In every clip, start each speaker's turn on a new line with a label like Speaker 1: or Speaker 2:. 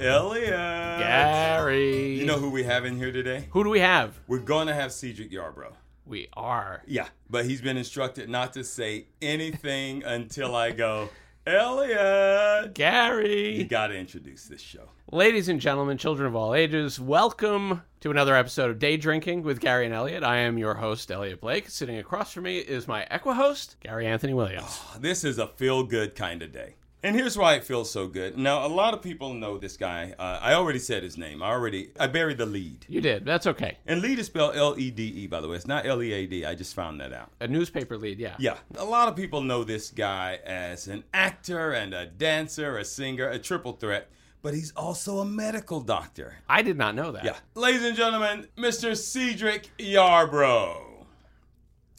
Speaker 1: Elliot.
Speaker 2: Gary.
Speaker 1: You know who we have in here today?
Speaker 2: Who do we have?
Speaker 1: We're going to have Cedric Yarbrough.
Speaker 2: We are.
Speaker 1: Yeah, but he's been instructed not to say anything until I go, Elliot. You
Speaker 2: Gary.
Speaker 1: got to introduce this show.
Speaker 2: Ladies and gentlemen, children of all ages, welcome to another episode of Day Drinking with Gary and Elliot. I am your host, Elliot Blake. Sitting across from me is my equa host, Gary Anthony Williams.
Speaker 1: This is a feel good kind of day. And here's why it feels so good. Now, a lot of people know this guy. Uh, I already said his name. I already I buried the lead.
Speaker 2: You did. That's okay.
Speaker 1: And lead is spelled L E D E, by the way. It's not L E A D. I just found that out.
Speaker 2: A newspaper lead, yeah.
Speaker 1: Yeah. A lot of people know this guy as an actor and a dancer, a singer, a triple threat, but he's also a medical doctor.
Speaker 2: I did not know that.
Speaker 1: Yeah. Ladies and gentlemen, Mr. Cedric Yarbrough.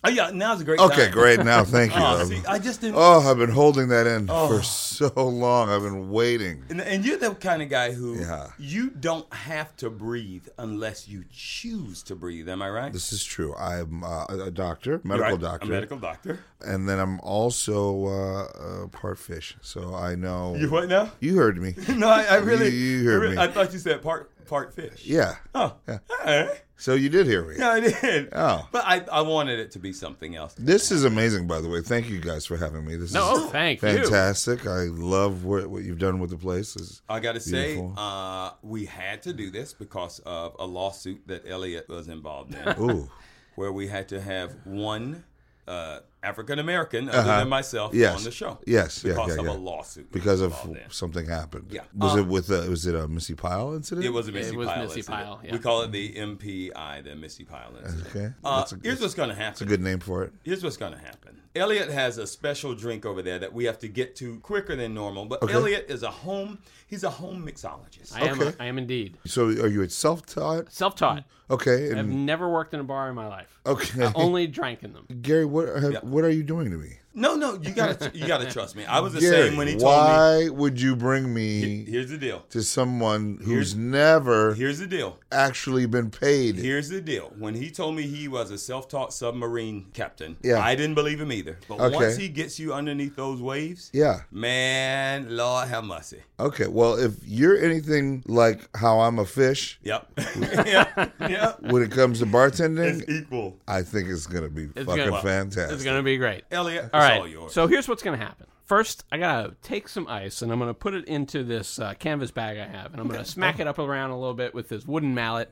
Speaker 1: Oh, yeah, now's a great
Speaker 3: Okay,
Speaker 1: time.
Speaker 3: great. Now, thank you.
Speaker 1: Oh,
Speaker 3: Um,
Speaker 1: see, I Oh. just didn't.
Speaker 3: oh, I've been holding that in for so long. I've been waiting.
Speaker 1: And, and you're the kind of guy who
Speaker 3: Yeah.
Speaker 1: you don't have to breathe unless you choose to breathe. Am I right?
Speaker 3: This is true. I'm uh, a doctor,
Speaker 1: You're
Speaker 3: medical
Speaker 1: right,
Speaker 3: doctor,
Speaker 1: A medical doctor.
Speaker 3: and then I'm also uh, uh, part fish. So I know
Speaker 1: You what now?
Speaker 3: You heard me.
Speaker 1: No, I, I really.
Speaker 3: You- you heard
Speaker 1: I, really-
Speaker 3: me.
Speaker 1: I thought you said part part fish.
Speaker 3: Yeah.
Speaker 1: Oh, all right.
Speaker 3: So you did hear me.
Speaker 1: No, I did.
Speaker 3: Oh.
Speaker 1: But I, I wanted it to be something else.
Speaker 3: This is amazing, by the way. Thank you guys for having me. This
Speaker 2: No,
Speaker 3: is
Speaker 2: oh, thank you.
Speaker 3: fantastic. I love what, what you've done with the place. This-
Speaker 1: I got to say,
Speaker 3: Beautiful.
Speaker 1: uh, we had to do this because of a lawsuit that Elliot was involved in,
Speaker 3: Ooh,
Speaker 1: where we had to have one uh, African American other than myself
Speaker 3: Uh-huh. Yes.
Speaker 1: on the show.
Speaker 3: Yes, yeah,
Speaker 1: Because
Speaker 3: yeah,
Speaker 1: of
Speaker 3: yeah.
Speaker 1: a lawsuit. we
Speaker 3: because
Speaker 1: were
Speaker 3: of
Speaker 2: Oh,
Speaker 1: involved in.
Speaker 3: something happened.
Speaker 1: Yeah. Uh,
Speaker 3: Was it with a, was it a Missy Pyle incident?
Speaker 1: It was a Missy
Speaker 2: was
Speaker 1: Pyle.
Speaker 2: Missy
Speaker 1: incident.
Speaker 2: Pyle, yeah.
Speaker 1: We call it the MPI, the Missy Pyle incident.
Speaker 3: Okay.
Speaker 1: Uh,
Speaker 3: that's a,
Speaker 1: here's what's going to happen.
Speaker 3: that's a good name for it.
Speaker 1: Here's what's going to happen. Elliot has a special drink over there that we have to get to quicker than normal. But Elliot is a home. He's a home mixologist.
Speaker 2: I am
Speaker 3: Okay.
Speaker 2: I am indeed.
Speaker 3: So are you at self taught?
Speaker 2: Self taught.
Speaker 1: Mm-hmm.
Speaker 3: Okay.
Speaker 2: I've
Speaker 3: And,
Speaker 2: never worked in a bar in my life.
Speaker 3: okay.
Speaker 2: Only drank in them.
Speaker 3: Gary, what have, what are you doing to me?
Speaker 1: No, no, you gotta you gotta trust me. I was the
Speaker 3: Gary,
Speaker 1: same when he told
Speaker 3: why would you bring
Speaker 1: me.
Speaker 3: me
Speaker 1: Here's the deal.
Speaker 3: to someone who's never
Speaker 1: Here's the deal.
Speaker 3: actually been paid?
Speaker 1: Here's the deal. When he told me he was a self-taught submarine captain,
Speaker 3: Yeah.
Speaker 1: I didn't believe him either. But
Speaker 3: Okay.
Speaker 1: once he gets you underneath those waves,
Speaker 3: Yeah.
Speaker 1: man, Lord have mercy.
Speaker 3: Okay. Well, if you're anything like how I'm a fish
Speaker 1: Yep. yep. Yep.
Speaker 3: when it comes to
Speaker 1: It's
Speaker 3: bartending,
Speaker 1: equal.
Speaker 3: I think it's gonna be fucking
Speaker 2: gonna-
Speaker 3: fantastic.
Speaker 2: It's going to be great.
Speaker 1: Elliot,
Speaker 2: All
Speaker 1: it's
Speaker 2: right.
Speaker 1: all yours.
Speaker 2: So here's what's going to happen. First, I got to take some ice and I'm going to put it into this uh, canvas bag I have and I'm going to smack it up around a little bit with this wooden mallet.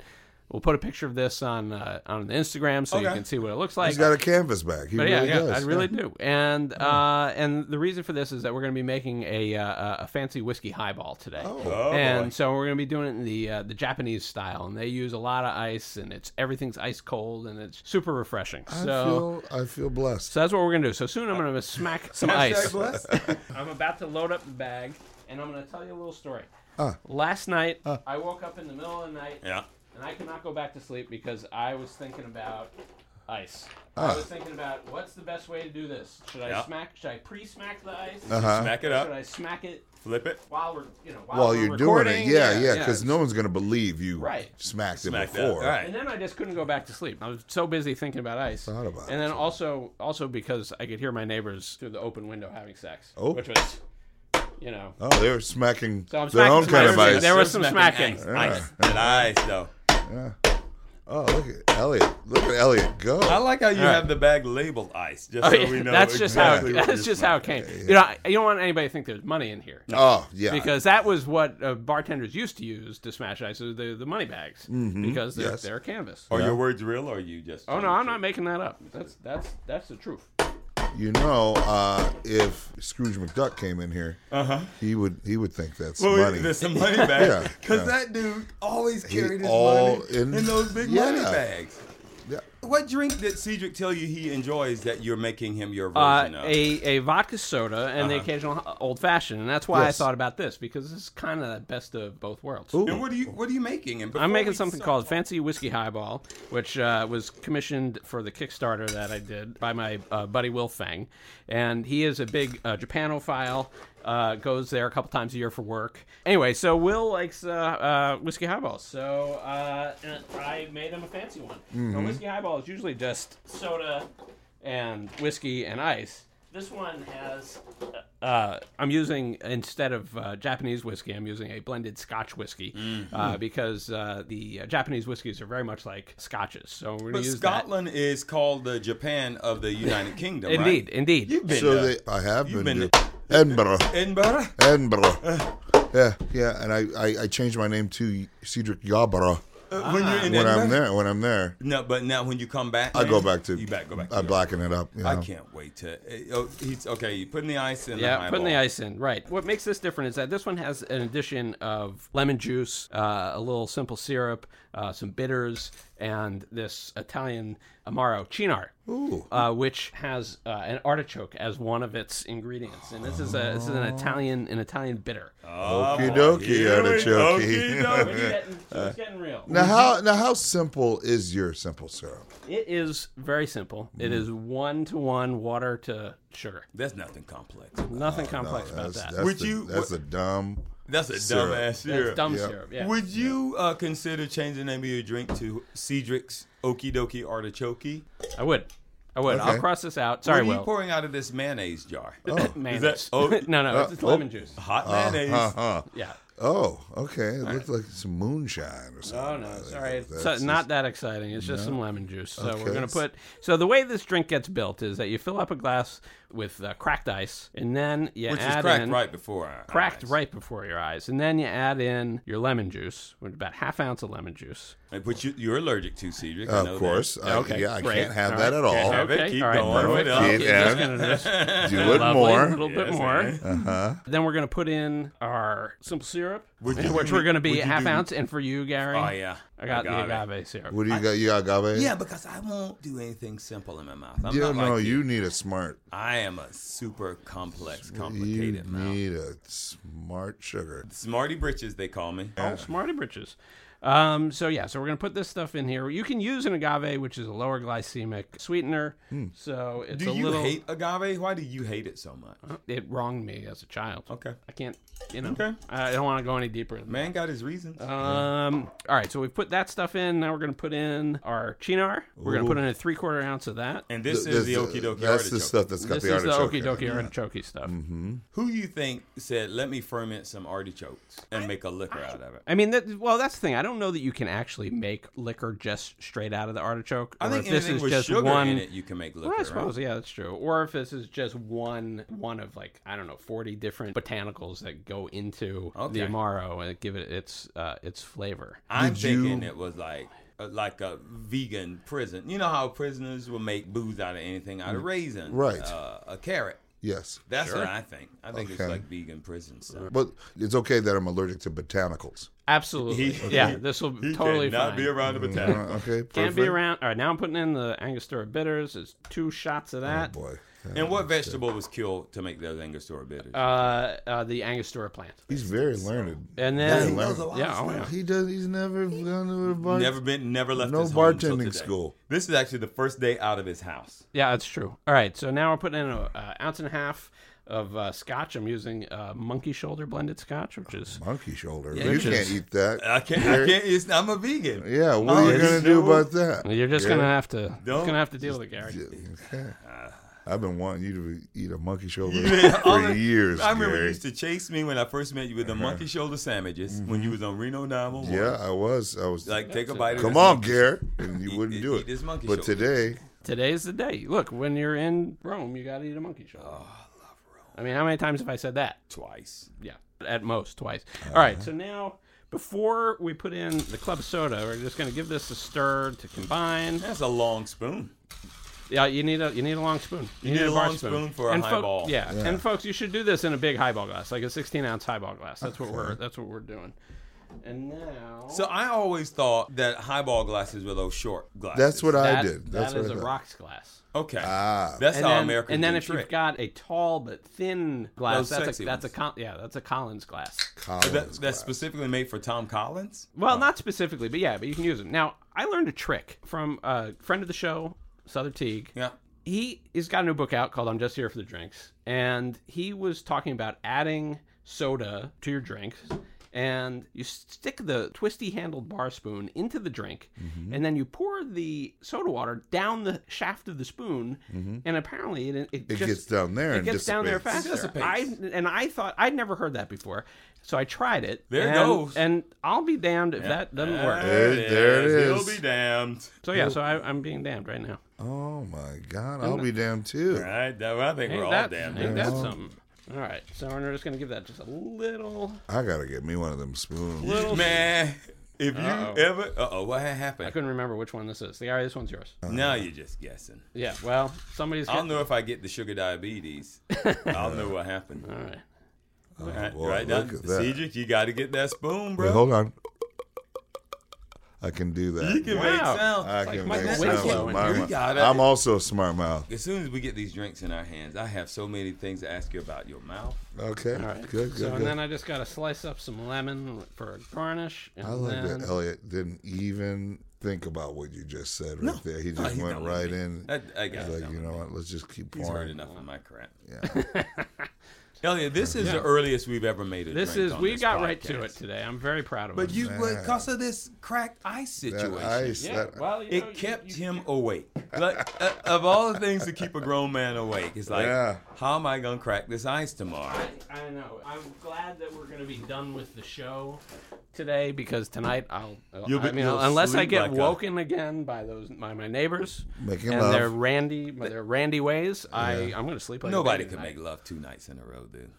Speaker 2: We'll put a picture of this on uh, on the Instagram so you
Speaker 1: Okay.
Speaker 2: can see what it looks like.
Speaker 3: He's got a canvas back. He
Speaker 2: But
Speaker 3: really
Speaker 2: yeah, yeah,
Speaker 3: does.
Speaker 2: I really do. And uh, and the reason for this is that we're going to be making a uh, a fancy whiskey highball today.
Speaker 1: Oh,
Speaker 2: and
Speaker 1: boy.
Speaker 2: so we're going to be doing it in the uh, the Japanese style, and they use a lot of ice, and it's everything's ice cold, and it's super refreshing.
Speaker 3: I
Speaker 2: so
Speaker 3: feel I feel blessed.
Speaker 2: so that's what we're gonna do. So soon I'm gonna smack some ice.
Speaker 1: blessed.
Speaker 2: I'm about to load up the bag, and I'm gonna tell you a little story.
Speaker 3: Uh.
Speaker 2: Last night I woke up in the middle of the night,
Speaker 1: yeah.
Speaker 2: and I could not go back to sleep because I was thinking about ice.
Speaker 3: Uh.
Speaker 2: I was thinking about what's the best way to do this. Should I
Speaker 1: Yeah.
Speaker 2: smack? Should I pre-smack the ice?
Speaker 1: Smack it
Speaker 2: Should
Speaker 1: up.
Speaker 2: I smack it
Speaker 1: Flip it.
Speaker 2: while we're you know while,
Speaker 3: Uh-huh. While
Speaker 2: we're
Speaker 3: you're doing
Speaker 2: recording?
Speaker 3: it, yeah, yeah,
Speaker 2: yeah.
Speaker 3: because no one's gonna believe you
Speaker 2: Right.
Speaker 3: smacked him
Speaker 1: Smack that.
Speaker 3: before.
Speaker 1: All right.
Speaker 2: And then I just couldn't go back to sleep. I was so busy thinking about ice.
Speaker 3: Thought about
Speaker 2: and then
Speaker 3: it.
Speaker 2: also also because I could hear my neighbors through the open window having sex,
Speaker 3: Oh.
Speaker 2: which was, you know.
Speaker 3: Oh, they were smacking
Speaker 2: So I'm
Speaker 3: their
Speaker 2: smacking
Speaker 3: own
Speaker 2: some
Speaker 3: kind of
Speaker 2: ice.
Speaker 3: ice.
Speaker 2: There was some smacking.
Speaker 1: Ice.
Speaker 3: Yeah.
Speaker 1: Ice. That ice, though.
Speaker 3: Oh, look at Elliot! Look at Elliot go!
Speaker 1: I like how you
Speaker 2: right.
Speaker 1: have the bag labeled ice, just
Speaker 2: Oh,
Speaker 1: so
Speaker 2: yeah,
Speaker 1: we know.
Speaker 2: that's just
Speaker 1: exactly
Speaker 2: how
Speaker 1: what
Speaker 2: it, that's
Speaker 1: you're
Speaker 2: just how it came. You know, I, you don't want anybody to think there's money in here
Speaker 3: oh yeah,
Speaker 2: because that was what uh, bartenders used to use to smash ice was the the money bags because they're,
Speaker 3: Mm-hmm. yes.
Speaker 2: they're canvas.
Speaker 1: Are your words real, or are you just?
Speaker 2: Oh no, I'm not making that up. That's that's that's the truth.
Speaker 3: you know, uh, if Scrooge McDuck came in here, he would he would think that's
Speaker 1: Well,
Speaker 3: money.
Speaker 1: There's some money bags
Speaker 3: Yeah,
Speaker 1: because
Speaker 3: yeah.
Speaker 1: that dude always carried his
Speaker 3: all
Speaker 1: money in,
Speaker 3: in-
Speaker 1: those big
Speaker 3: Yeah.
Speaker 1: money bags.
Speaker 3: Yeah.
Speaker 1: What drink did Cedric tell you he enjoys that you're making him your
Speaker 2: Uh,
Speaker 1: version of?
Speaker 2: a, a vodka soda and the occasional old fashioned, and that's why
Speaker 3: Uh-huh. Yes.
Speaker 2: I thought about this because this is kind of the best of both worlds.
Speaker 3: Ooh.
Speaker 1: and what are you what are you making? And
Speaker 2: I'm
Speaker 1: before
Speaker 2: making
Speaker 1: we
Speaker 2: something
Speaker 1: start-
Speaker 2: called Fancy Whiskey Highball, which uh, was commissioned for the Kickstarter that I did by my uh, buddy Will Fang, and he is a big uh, Japanophile. Uh, goes there a couple times a year for work. Anyway, so Will likes uh, uh, whiskey highballs, so uh, and I made him a fancy one. Now, whiskey highball is usually just soda and whiskey and ice. This one has. Uh, I'm using instead of uh, Japanese whiskey, I'm using a blended Scotch whiskey
Speaker 1: Mm-hmm.
Speaker 2: uh, because uh, the uh, Japanese whiskeys are very much like Scotches. So we're going
Speaker 1: But
Speaker 2: to use
Speaker 1: Scotland is called the Japan of the United Kingdom.
Speaker 2: that.
Speaker 1: right?
Speaker 2: Indeed, indeed.
Speaker 1: You've been
Speaker 3: So
Speaker 1: to
Speaker 3: they, I have
Speaker 1: You've
Speaker 3: been,
Speaker 1: been
Speaker 3: to Edinburgh.
Speaker 1: Edinburgh.
Speaker 3: Edinburgh. Yeah, yeah, and I, I, I changed my name to Cedric Yabara
Speaker 1: Uh, when you're in
Speaker 3: Ah. when
Speaker 1: Edinburgh.
Speaker 3: I'm there. When I'm there,
Speaker 1: No, but now when you come back,
Speaker 3: I
Speaker 1: man,
Speaker 3: go back to
Speaker 1: you back go back. To
Speaker 3: I
Speaker 1: your-
Speaker 3: blacken it up. You know?
Speaker 1: I can't wait to. eh, Oh, he's okay. You putting the ice in.
Speaker 2: Yeah,
Speaker 1: the
Speaker 2: putting the
Speaker 1: highball.
Speaker 2: ice in. Right. What makes this different is that this one has an addition of lemon juice, uh, a little simple syrup, uh, some bitters, and this Italian amaro chinar, Uh, which has uh, an artichoke as one of its ingredients. And this is a this is an Italian an Italian bitter.
Speaker 1: Uh,
Speaker 3: Okie dokie,
Speaker 1: Oh, Here we-
Speaker 3: artichoke.
Speaker 1: okie dokie.
Speaker 2: It's getting, it's getting real.
Speaker 3: Now how now how simple is your simple syrup?
Speaker 2: It is very simple. It is one to one water to sugar.
Speaker 1: That's nothing complex.
Speaker 2: Nothing complex about
Speaker 3: That's,
Speaker 2: that.
Speaker 3: that's
Speaker 1: Would
Speaker 3: the,
Speaker 1: you-
Speaker 3: That's a dumb.
Speaker 1: That's a
Speaker 3: Syrup.
Speaker 1: dumbass
Speaker 2: That's
Speaker 1: syrup.
Speaker 2: dumb
Speaker 3: Yeah.
Speaker 2: syrup. Yeah.
Speaker 1: Would you uh, consider changing the name of your drink to Cedric's Okie Dokie Artichoke?
Speaker 2: I would. I would.
Speaker 3: Okay.
Speaker 2: I'll cross this out.
Speaker 1: what
Speaker 2: Sorry,
Speaker 1: are you
Speaker 2: Will.
Speaker 1: pouring out of this mayonnaise jar?
Speaker 2: mayonnaise.
Speaker 1: Is that- oh.
Speaker 2: no, no, it's, it's lemon juice.
Speaker 1: Hot mayonnaise.
Speaker 3: Uh huh.
Speaker 2: Yeah.
Speaker 3: Oh, okay. It looked like some moonshine or
Speaker 2: Oh
Speaker 3: something.
Speaker 2: no,
Speaker 3: Uh,
Speaker 2: sorry.
Speaker 3: that's
Speaker 2: So,
Speaker 3: just-
Speaker 2: not that exciting. It's just some lemon juice. So
Speaker 3: Okay.
Speaker 2: we're gonna put. So the way this drink gets built is that you fill up a glass with uh, cracked ice, and then you
Speaker 1: Which is
Speaker 2: add
Speaker 1: cracked
Speaker 2: in
Speaker 1: right before our
Speaker 2: cracked
Speaker 1: eyes.
Speaker 2: right before your eyes, and then you add in your lemon juice, with about half ounce of lemon juice.
Speaker 1: Which you, you're allergic to, Cedric. I know
Speaker 3: Of
Speaker 1: that.
Speaker 3: course. I,
Speaker 2: Okay,
Speaker 3: yeah, I
Speaker 2: great.
Speaker 3: can't have
Speaker 2: All
Speaker 3: that
Speaker 2: right.
Speaker 3: at
Speaker 1: Can't
Speaker 3: all.
Speaker 1: have it.
Speaker 2: Okay,
Speaker 1: keep
Speaker 2: all right,
Speaker 1: going with
Speaker 2: perfect.
Speaker 1: it.
Speaker 2: Okay,
Speaker 3: Keep
Speaker 2: just
Speaker 3: in.
Speaker 2: gonna just-
Speaker 3: Do it
Speaker 2: lovely,
Speaker 3: more. Uh-huh.
Speaker 2: little bit
Speaker 1: Yes,
Speaker 2: more.
Speaker 1: man.
Speaker 2: Then we're gonna put in our simple syrup,
Speaker 1: Would you
Speaker 2: which
Speaker 1: do-
Speaker 2: we're gonna be
Speaker 1: would you
Speaker 2: half
Speaker 1: do-
Speaker 2: ounce. And for you, Gary,
Speaker 1: Oh, yeah.
Speaker 2: I got
Speaker 1: Agave.
Speaker 2: the agave syrup.
Speaker 3: What do you got? You got agave?
Speaker 1: Yeah, because I won't do anything simple in my mouth. I'm
Speaker 3: You
Speaker 1: not
Speaker 3: know,
Speaker 1: like you.
Speaker 3: you need a smart.
Speaker 1: I am a super complex,
Speaker 3: You
Speaker 1: complicated mouth.
Speaker 3: need a smart sugar.
Speaker 1: Smarty britches, they call me.
Speaker 2: Oh, smarty britches. Um, so yeah, so we're gonna put this stuff in here. You can use an agave, which is a lower glycemic sweetener. So it's
Speaker 1: Hmm. Do
Speaker 2: a
Speaker 1: you
Speaker 2: little.
Speaker 1: hate agave? Why do you hate it so much?
Speaker 2: it wronged me as a child.
Speaker 1: Okay.
Speaker 2: I can't. You know.
Speaker 1: Okay.
Speaker 2: I don't want to go any deeper. Than
Speaker 1: Man got his reasons.
Speaker 3: Uh,
Speaker 2: that. Um. All right. So we put that stuff in. Now we're gonna put in our chinar. We're gonna put in a three quarter ounce of that.
Speaker 1: and this
Speaker 3: Th-
Speaker 1: is the
Speaker 3: that's
Speaker 1: okie dokie
Speaker 3: That's
Speaker 1: artichoke.
Speaker 3: the stuff that's got
Speaker 2: This
Speaker 3: the
Speaker 2: is the
Speaker 3: artichoke.
Speaker 2: okie
Speaker 3: in it.
Speaker 2: dokie artichoke stuff.
Speaker 1: Mm-hmm. Who you think said, "Let me ferment some artichokes and make a liquor out of it"?
Speaker 2: I mean, that, well, that's the thing. I don't know that you can actually make liquor just straight out of the artichoke.
Speaker 1: I
Speaker 2: or
Speaker 1: think
Speaker 2: if this
Speaker 1: anything
Speaker 2: is
Speaker 1: with
Speaker 2: just
Speaker 1: sugar
Speaker 2: one
Speaker 1: in it, you can make liquor.
Speaker 2: Well, I
Speaker 1: right?
Speaker 2: suppose, yeah, that's true. Or if this is just one one of like I don't know, forty different botanicals that go into
Speaker 1: Okay.
Speaker 2: the amaro and give it its uh, its flavor.
Speaker 1: I'm
Speaker 3: Did you-
Speaker 1: thinking it was like uh, like a vegan prison. You know how prisoners will make booze out of anything, out of raisin,
Speaker 3: Mm. Right.
Speaker 1: Uh, a carrot.
Speaker 3: Yes.
Speaker 1: That's what I think. I think it's
Speaker 3: Okay.
Speaker 1: like vegan prison stuff.
Speaker 3: But it's okay that I'm allergic to botanicals.
Speaker 2: Absolutely,
Speaker 1: He-
Speaker 2: yeah. This will
Speaker 1: He
Speaker 2: totally
Speaker 1: cannot
Speaker 2: fine.
Speaker 1: be around the
Speaker 3: Uh,
Speaker 1: attack.
Speaker 3: okay. Perfect.
Speaker 2: Can't be around. All right, now I'm putting in the Angostura bitters. It's two shots
Speaker 1: Oh,
Speaker 2: of that.
Speaker 3: Boy. Yeah.
Speaker 1: and what vegetable was killed to make those Angostura bitters?
Speaker 2: uh, uh, the Angostura plant,
Speaker 3: He's very learned.
Speaker 2: and
Speaker 3: Very
Speaker 2: then
Speaker 3: learned.
Speaker 2: yeah, oh, yeah.
Speaker 3: He does. He's never gone to a bar.
Speaker 1: Never been, never left.
Speaker 3: Uh, No
Speaker 1: his home till
Speaker 3: bartending
Speaker 1: today.
Speaker 3: school.
Speaker 1: This is actually the first day out of his house.
Speaker 2: Yeah, that's true. All right, so now we're putting in an uh, ounce and a half of uh, scotch. I'm using uh, monkey shoulder blended scotch, which is
Speaker 3: Monkey shoulder.
Speaker 2: Yeah,
Speaker 3: you
Speaker 2: which
Speaker 3: can't
Speaker 2: is-
Speaker 3: eat that.
Speaker 1: I can't. I can't. It's, I'm a vegan.
Speaker 3: yeah. What
Speaker 1: Oh,
Speaker 3: are you
Speaker 1: it's
Speaker 3: gonna do
Speaker 1: no-
Speaker 3: about that?
Speaker 2: You're just
Speaker 3: Yeah.
Speaker 2: gonna have to. You're
Speaker 1: Don't
Speaker 2: gonna have to deal with it, Gary.
Speaker 3: Okay. I've been wanting you to eat a monkey shoulder
Speaker 1: Ah. Yeah, all
Speaker 3: for
Speaker 1: the-
Speaker 3: years,
Speaker 1: I remember you
Speaker 3: Gary.
Speaker 1: used to chase me when I first met you with the monkey shoulder sandwiches when you was on Reno 911.
Speaker 3: Uh-huh. Mm-hmm. Yeah, I was. I was.
Speaker 1: Like, take a bite of
Speaker 3: Come
Speaker 1: this
Speaker 3: on,
Speaker 1: monkey-
Speaker 3: Gary, and you wouldn't
Speaker 1: eat-
Speaker 3: do
Speaker 1: eat
Speaker 3: it.
Speaker 1: this monkey
Speaker 3: but
Speaker 1: shoulder.
Speaker 3: today,
Speaker 2: Today's the day. Look, when you're in Rome, you gotta eat a monkey shoulder. Oh, I love Rome. I mean, how many times have I said that?
Speaker 1: Twice.
Speaker 2: Yeah, at most twice. All right, so now before we put in the club soda, we're just gonna give this a stir to combine.
Speaker 1: That's a long spoon.
Speaker 2: Yeah, you need a you need a long spoon. You,
Speaker 1: need a
Speaker 2: bar
Speaker 1: long spoon for a
Speaker 2: and folk-
Speaker 1: highball.
Speaker 2: yeah. and folks, you should do this in a big highball glass, like a 16 ounce highball glass. That's what we're that's what we're doing. And now,
Speaker 1: So I always thought that highball glasses were those short glasses.
Speaker 3: that's what I
Speaker 2: that,
Speaker 3: did. That's
Speaker 2: that
Speaker 3: what
Speaker 2: is
Speaker 3: I
Speaker 2: a
Speaker 3: did.
Speaker 2: rocks glass.
Speaker 1: Okay.
Speaker 3: Ah.
Speaker 1: that's
Speaker 2: and
Speaker 1: how
Speaker 2: then,
Speaker 1: Americans
Speaker 2: and then
Speaker 1: do
Speaker 2: if
Speaker 1: tricks.
Speaker 2: you've got a tall but thin glass,
Speaker 1: Those
Speaker 2: that's
Speaker 1: sexy
Speaker 2: a, that's a
Speaker 1: ones.
Speaker 2: con- yeah, that's a Collins glass.
Speaker 3: Collins
Speaker 1: That- that's
Speaker 3: glass.
Speaker 1: specifically made for Tom Collins.
Speaker 2: Well, not specifically, but yeah, but you can use them. Now, I learned a trick from a friend of the show, Souther Teague.
Speaker 1: Yeah.
Speaker 2: He has got a new book out called "I'm Just Here for the Drinks," and he was talking about adding soda to your drinks and you stick the twisty handled bar spoon into the drink,
Speaker 1: Mm-hmm.
Speaker 2: and then you pour the soda water down the shaft of the spoon,
Speaker 1: Mm-hmm.
Speaker 2: and apparently it, it,
Speaker 3: It
Speaker 2: just,
Speaker 3: gets down there
Speaker 2: It
Speaker 3: and
Speaker 2: gets down there
Speaker 3: dissipates.
Speaker 2: faster.
Speaker 1: Dissipates.
Speaker 2: I and I thought I'd never heard that before, so I tried it.
Speaker 1: There it
Speaker 2: and,
Speaker 1: goes.
Speaker 2: And I'll be damned if that doesn't work.
Speaker 3: There- there it is.
Speaker 1: He'll be damned.
Speaker 2: So yeah, so I, I'm being damned right now.
Speaker 3: Oh my God! I'll be damned too.
Speaker 1: All right, that- well, I think we're
Speaker 2: Ain't
Speaker 1: all
Speaker 2: that,
Speaker 1: damned.
Speaker 2: ain't that something? All right, so we're just gonna give that just a little,
Speaker 3: I gotta get me one of them spoons.
Speaker 2: little.
Speaker 1: Man, if you
Speaker 2: Uh-oh.
Speaker 1: ever, uh oh, what
Speaker 2: I
Speaker 1: happened?
Speaker 2: couldn't remember which one this is. The guy, this one's yours.
Speaker 1: Now you're just guessing.
Speaker 2: Yeah. Well, somebody's.
Speaker 1: I'll
Speaker 2: Got,
Speaker 1: know if I get the sugar diabetes. I'll know what happened.
Speaker 2: all right.
Speaker 1: right,
Speaker 3: Oh, boy,
Speaker 1: right now,
Speaker 3: look at that.
Speaker 1: Cedric, you got to get that spoon,
Speaker 3: Wait,
Speaker 1: bro.
Speaker 3: hold on. I can do that.
Speaker 1: You can make
Speaker 2: Wow.
Speaker 1: sound.
Speaker 3: I
Speaker 2: like
Speaker 3: can
Speaker 2: Michael
Speaker 3: make
Speaker 2: Winslow
Speaker 3: sounds with
Speaker 2: when
Speaker 3: my
Speaker 1: you
Speaker 3: mouth.
Speaker 1: got it.
Speaker 3: I'm also a smart mouth.
Speaker 1: As soon as we get these drinks in our hands, I have so many things to ask you about your mouth.
Speaker 3: Okay.
Speaker 2: All right.
Speaker 3: Good, good,
Speaker 2: so and
Speaker 3: good.
Speaker 2: then I just gotta slice up some lemon for garnish. And
Speaker 3: I like
Speaker 2: then,
Speaker 3: that Elliot didn't even think about what you just said right there. He
Speaker 1: No,
Speaker 3: just
Speaker 1: he's
Speaker 3: went
Speaker 1: done with
Speaker 3: right
Speaker 1: me.
Speaker 3: in.
Speaker 1: I, I got
Speaker 3: He's
Speaker 1: it.
Speaker 3: like,
Speaker 1: down.
Speaker 3: you know what? Let's just keep
Speaker 1: He's heard
Speaker 3: pouring.
Speaker 1: enough of my crap.
Speaker 3: Yeah.
Speaker 1: Elliot, this is the earliest we've ever made a
Speaker 2: This
Speaker 1: drink
Speaker 2: is
Speaker 1: on
Speaker 2: we
Speaker 1: this
Speaker 2: got right to
Speaker 1: podcast.
Speaker 2: it today. I'm very proud of
Speaker 1: But
Speaker 2: us.
Speaker 1: you,
Speaker 3: Man.
Speaker 1: because of this cracked ice
Speaker 3: That
Speaker 1: situation,
Speaker 3: ice.
Speaker 2: Yeah.
Speaker 3: that-
Speaker 2: Well, you know, you-
Speaker 1: it kept
Speaker 2: you-
Speaker 1: him awake. Like, uh, of all the things to keep a grown man awake, it's like,
Speaker 3: Yeah.
Speaker 1: how am I gonna crack this ice tomorrow?
Speaker 2: I know. I'm glad that we're gonna be done with the show today because tonight I'll.
Speaker 1: You'll be-
Speaker 2: I mean,
Speaker 1: you'll
Speaker 2: unless I
Speaker 1: sleep
Speaker 2: get
Speaker 1: like a-
Speaker 2: woken again by those by my neighbors
Speaker 3: Making
Speaker 2: and
Speaker 3: love.
Speaker 2: their randy their randy ways, I I'm gonna sleep. Like a
Speaker 1: Nobody
Speaker 2: baby
Speaker 1: can
Speaker 2: tonight.
Speaker 1: make love two nights in a row, dude.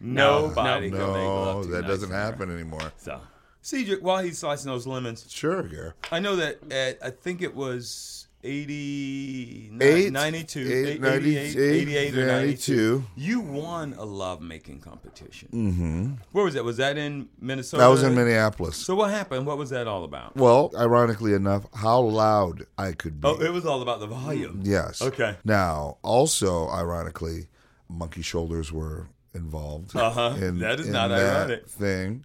Speaker 1: Nobody can make
Speaker 3: no,
Speaker 1: love two
Speaker 3: that
Speaker 1: nights
Speaker 3: doesn't
Speaker 1: in a row.
Speaker 3: happen anymore.
Speaker 1: So, Cedric, while he's slicing those lemons,
Speaker 3: Sure, yeah.
Speaker 1: I know that at, I think it was 80,
Speaker 3: Eight,
Speaker 1: 92,
Speaker 3: eight,
Speaker 1: 88,
Speaker 3: 98,
Speaker 1: 88 or 92.
Speaker 3: 92.
Speaker 1: You won a lovemaking competition. Mm-hmm. Where was that? Was that in Minnesota?
Speaker 3: That was in Minneapolis.
Speaker 1: So what happened? What was that all about?
Speaker 3: Well, ironically enough, how loud I could be.
Speaker 1: Oh, it was all about the volume.
Speaker 3: Yes.
Speaker 1: Okay.
Speaker 3: Now, also ironically, monkey shoulders were involved.
Speaker 1: Uh-huh. That is not ironic.
Speaker 3: Thing,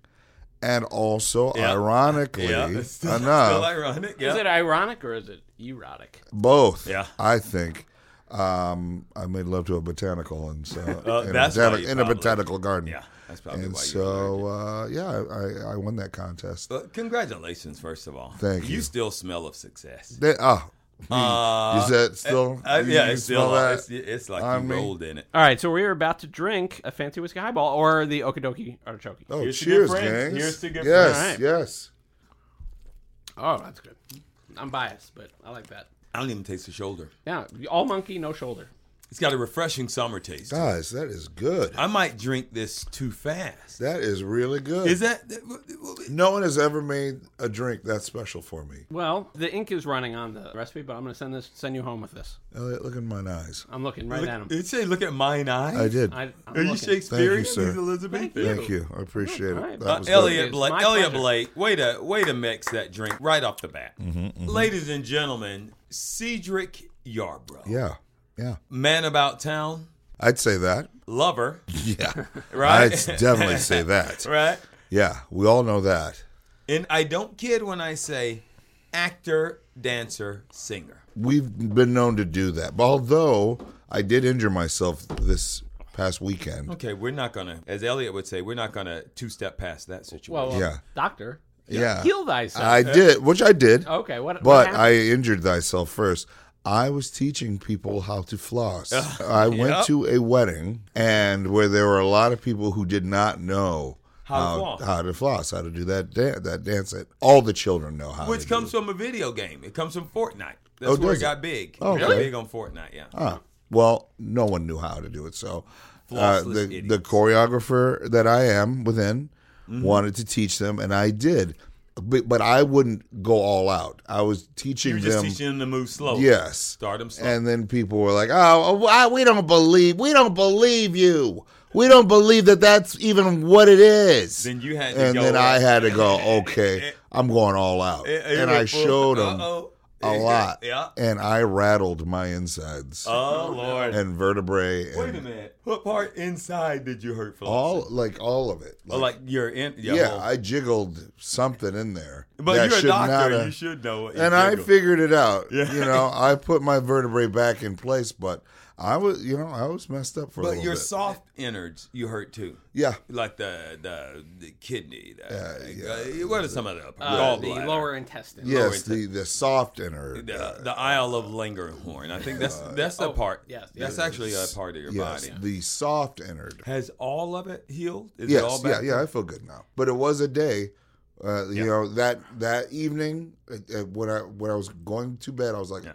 Speaker 3: and also
Speaker 1: Yeah.
Speaker 3: ironically
Speaker 1: Yeah, it's still,
Speaker 3: enough,
Speaker 1: still ironic. Yeah.
Speaker 2: Is it ironic or is it erotic?
Speaker 3: both.
Speaker 1: Yeah.
Speaker 3: I think. Um, I made love to a botanical, and so in,
Speaker 1: Uh, that's
Speaker 3: a, botani-
Speaker 1: why you
Speaker 3: in a
Speaker 1: probably-
Speaker 3: botanical garden.
Speaker 1: yeah, that's probably
Speaker 3: And
Speaker 1: why
Speaker 3: so, uh, yeah, I, I won that contest.
Speaker 1: you. Uh, congratulations, first of all.
Speaker 3: Thank you.
Speaker 1: You still smell of success.
Speaker 3: They, oh,
Speaker 1: Uh,
Speaker 3: is that still?
Speaker 1: Uh,
Speaker 3: you-
Speaker 1: yeah,
Speaker 3: you
Speaker 1: it's
Speaker 3: smell
Speaker 1: still
Speaker 3: that?
Speaker 1: It's, it's like
Speaker 3: I
Speaker 1: you
Speaker 3: mean-
Speaker 1: rolled in it.
Speaker 2: All right, so we are about to drink a fancy whiskey highball or the Okidoki artichoke.
Speaker 3: Oh,
Speaker 1: Here's to good
Speaker 3: cheers,
Speaker 1: friends.
Speaker 3: gang!
Speaker 1: Here's to good
Speaker 3: yes,
Speaker 2: friends. All
Speaker 3: yes.
Speaker 2: Oh, that's good. I'm biased, but I like that.
Speaker 1: I don't even taste the shoulder.
Speaker 2: Yeah, all monkey, no shoulder.
Speaker 1: It's got a refreshing summer taste.
Speaker 3: Guys, that is good.
Speaker 1: I might drink this too fast.
Speaker 3: That is really good.
Speaker 1: Is that?
Speaker 3: no one has ever made a drink that special for me.
Speaker 2: Well, the ink is running on the recipe, but I'm going to send this, send you home with this.
Speaker 3: Elliot, look in mine eyes.
Speaker 2: I'm looking right at him.
Speaker 1: It say, "Look at mine eyes."
Speaker 3: I did.
Speaker 2: I, I'm
Speaker 1: Are you
Speaker 2: looking.
Speaker 1: Shakespearean?
Speaker 3: Thank you, sir.
Speaker 1: These Elizabeth.
Speaker 2: you.
Speaker 3: Thank you. I appreciate
Speaker 2: All
Speaker 3: it.
Speaker 2: right.
Speaker 3: That
Speaker 1: Uh,
Speaker 3: was good.
Speaker 1: Elliot
Speaker 2: It's
Speaker 1: Blake,
Speaker 2: my
Speaker 1: Elliot
Speaker 2: pleasure.
Speaker 1: Blake, way to way to mix that drink right off the bat,
Speaker 3: Mm-hmm,
Speaker 1: ladies and gentlemen. Cedric Yarbrough,
Speaker 3: Yeah, yeah.
Speaker 1: man about town,
Speaker 3: I'd say that.
Speaker 1: lover,
Speaker 3: Yeah,
Speaker 1: Right?
Speaker 3: I'd definitely say that.
Speaker 1: right?
Speaker 3: Yeah, we all know that.
Speaker 1: And I don't kid when I say actor, dancer, singer.
Speaker 3: We've been known to do that. But although I did injure myself this past weekend.
Speaker 1: Okay, we're not gonna, as Elliot would say, we're not gonna two step past that situation.
Speaker 2: Well, well,
Speaker 3: Yeah.
Speaker 2: doctor,
Speaker 3: Yeah.
Speaker 2: heal thyself.
Speaker 3: I did, which I did.
Speaker 2: okay, what? what
Speaker 3: But
Speaker 2: happened?
Speaker 3: I injured thyself first. I was teaching people how to floss. I went
Speaker 1: Yep.
Speaker 3: to a wedding and where there were a lot of people who did not know
Speaker 1: How to floss.
Speaker 3: how to floss, how to do that dan- that dance. That all the children know how. to
Speaker 1: Which
Speaker 3: do
Speaker 1: comes from a video game. It comes from Fortnite. That's
Speaker 3: Oh,
Speaker 1: where
Speaker 3: does
Speaker 1: it
Speaker 3: it?
Speaker 1: got big.
Speaker 3: Oh,
Speaker 1: It got
Speaker 3: really?
Speaker 1: big on Fortnite, yeah.
Speaker 3: it. Ah, well, no one knew how to do it, so uh,
Speaker 1: Flossless
Speaker 3: the
Speaker 1: idiots. Mm-hmm.
Speaker 3: the choreographer that I am within wanted to teach them, and I did. But, but I wouldn't go all out. I was teaching
Speaker 1: you were just
Speaker 3: them.
Speaker 1: teaching them to move slow.
Speaker 3: Yes.
Speaker 1: Start them slow.
Speaker 3: And then people were like, "Oh, why- we don't believe, we don't believe you. We don't believe that that's even what it is."
Speaker 1: Then you had to
Speaker 3: and
Speaker 1: go
Speaker 3: then I
Speaker 1: like-
Speaker 3: had to go, "Okay, I'm going all out,"
Speaker 1: Eh, eh,
Speaker 3: and
Speaker 1: you
Speaker 3: I
Speaker 1: were full-
Speaker 3: showed them
Speaker 1: Uh-oh.
Speaker 3: a lot,
Speaker 1: Yeah.
Speaker 3: and I rattled my insides
Speaker 1: Oh, Lord.
Speaker 3: and vertebrae
Speaker 1: Wait a
Speaker 3: and
Speaker 1: minute. What part inside did you hurt? Philip?
Speaker 3: all like all of it.
Speaker 1: Oh, like your in. Your
Speaker 3: yeah,
Speaker 1: whole-
Speaker 3: I jiggled something in there.
Speaker 1: but
Speaker 3: that
Speaker 1: you're a
Speaker 3: should not
Speaker 1: doctor.
Speaker 3: have-
Speaker 1: you should know. What you
Speaker 3: and I
Speaker 1: giggle.
Speaker 3: figured it out.
Speaker 1: Yeah.
Speaker 3: You know, I put my vertebrae back in place, but I was, you know, I was messed up for a
Speaker 1: But
Speaker 3: little
Speaker 1: your
Speaker 3: bit.
Speaker 1: soft innards, you hurt too.
Speaker 3: yeah,
Speaker 1: Like the the, the kidney. The,
Speaker 3: Yeah,
Speaker 1: uh, What are some of the
Speaker 2: Uh, the
Speaker 1: gallbladder?
Speaker 2: lower intestine.
Speaker 3: yes, the the soft inner.
Speaker 1: the, the Isle of Langerhorn. I think that's that's the part.
Speaker 2: Uh, oh, yes,
Speaker 1: that's
Speaker 2: yes.
Speaker 1: actually a part of your
Speaker 3: yes,
Speaker 1: body.
Speaker 3: the soft innard.
Speaker 1: Has all of it healed? Is it all
Speaker 3: Yes, yeah,
Speaker 1: back?
Speaker 3: yeah, I feel good now. But it was a day, uh, you know that that evening uh, uh, when I when I was going to bed, I was like, "Uh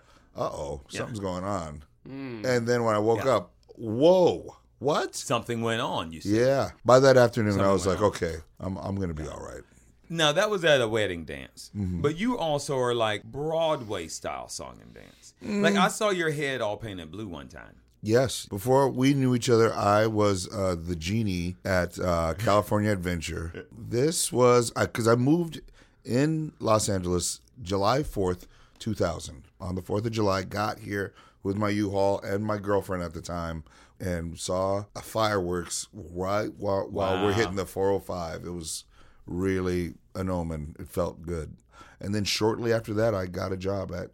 Speaker 3: oh, something's going on."
Speaker 1: Hmm.
Speaker 3: And then when I woke up, whoa, what?
Speaker 1: Something went on. You see.
Speaker 3: Yeah. By that afternoon, I was like, "Okay, I'm I'm gonna be all right."
Speaker 1: Now that was at a wedding dance,
Speaker 3: Mm-hmm.
Speaker 1: but you also are like Broadway style song and dance.
Speaker 3: Mm.
Speaker 1: Like I saw your head all painted blue one time.
Speaker 3: Yes. Before we knew each other, I was uh, the genie at uh, California Adventure. This was because I moved in Los Angeles July 4th, 2000. On the 4th of July, got here with my U-Haul and my girlfriend at the time and saw a fireworks right while, while we're hitting the 405. It was really an omen. It felt good. And then shortly after that, I got a job at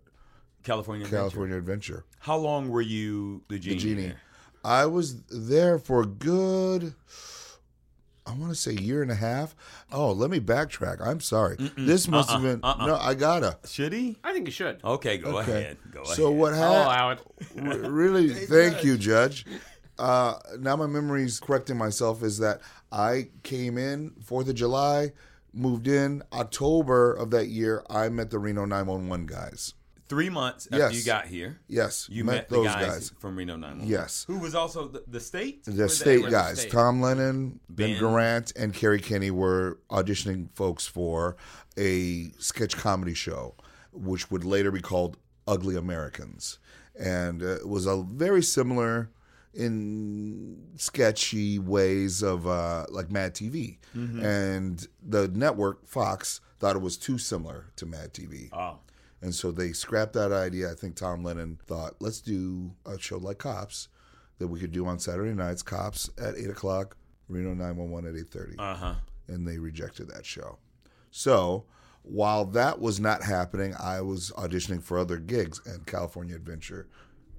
Speaker 1: California. Adventure.
Speaker 3: California Adventure.
Speaker 1: How long were you the genie?
Speaker 3: Genie.
Speaker 1: there?
Speaker 3: I was there for a good, I want to say year and a half. Oh, let me backtrack. I'm sorry. This must have been no. I gotta.
Speaker 1: Should he?
Speaker 2: I think you should.
Speaker 3: Uh,
Speaker 1: Okay, Uh-uh. go
Speaker 3: Okay.
Speaker 1: ahead. Go
Speaker 3: So
Speaker 1: ahead. Oh,
Speaker 3: what
Speaker 2: I'll
Speaker 3: happened?
Speaker 2: allow it.
Speaker 3: really, thank you, Judge. Uh, now my memory's correcting myself is that I came in Fourth of July, moved in October of that year. I met the Reno 911 guys.
Speaker 1: Three months after
Speaker 3: Yes.
Speaker 1: you got here,
Speaker 3: Yes,
Speaker 1: you met, the guys, from Reno 911.
Speaker 3: Yes.
Speaker 1: Who was also the, the state? Were
Speaker 3: The
Speaker 1: they-
Speaker 3: state
Speaker 1: were-
Speaker 3: guys,
Speaker 2: state.
Speaker 3: Tom Lennon, Ben,
Speaker 1: Ben.
Speaker 3: Garant, and Kerry Kenny were auditioning folks for a sketch comedy show, which would later be called Ugly Americans, and uh, it was a very similar in sketchy ways of uh, like Mad TV,
Speaker 1: Mm-hmm.
Speaker 3: and the network Fox thought it was too similar to Mad TV.
Speaker 1: Oh,
Speaker 3: And so they scrapped that idea. I think Tom Lennon thought, let's do a show like Cops that we could do on Saturday nights. Cops at eight o'clock, Reno nine one one at eight thirty,
Speaker 1: uh huh.
Speaker 3: and they rejected that show. So while that was not happening, I was auditioning for other gigs, and California Adventure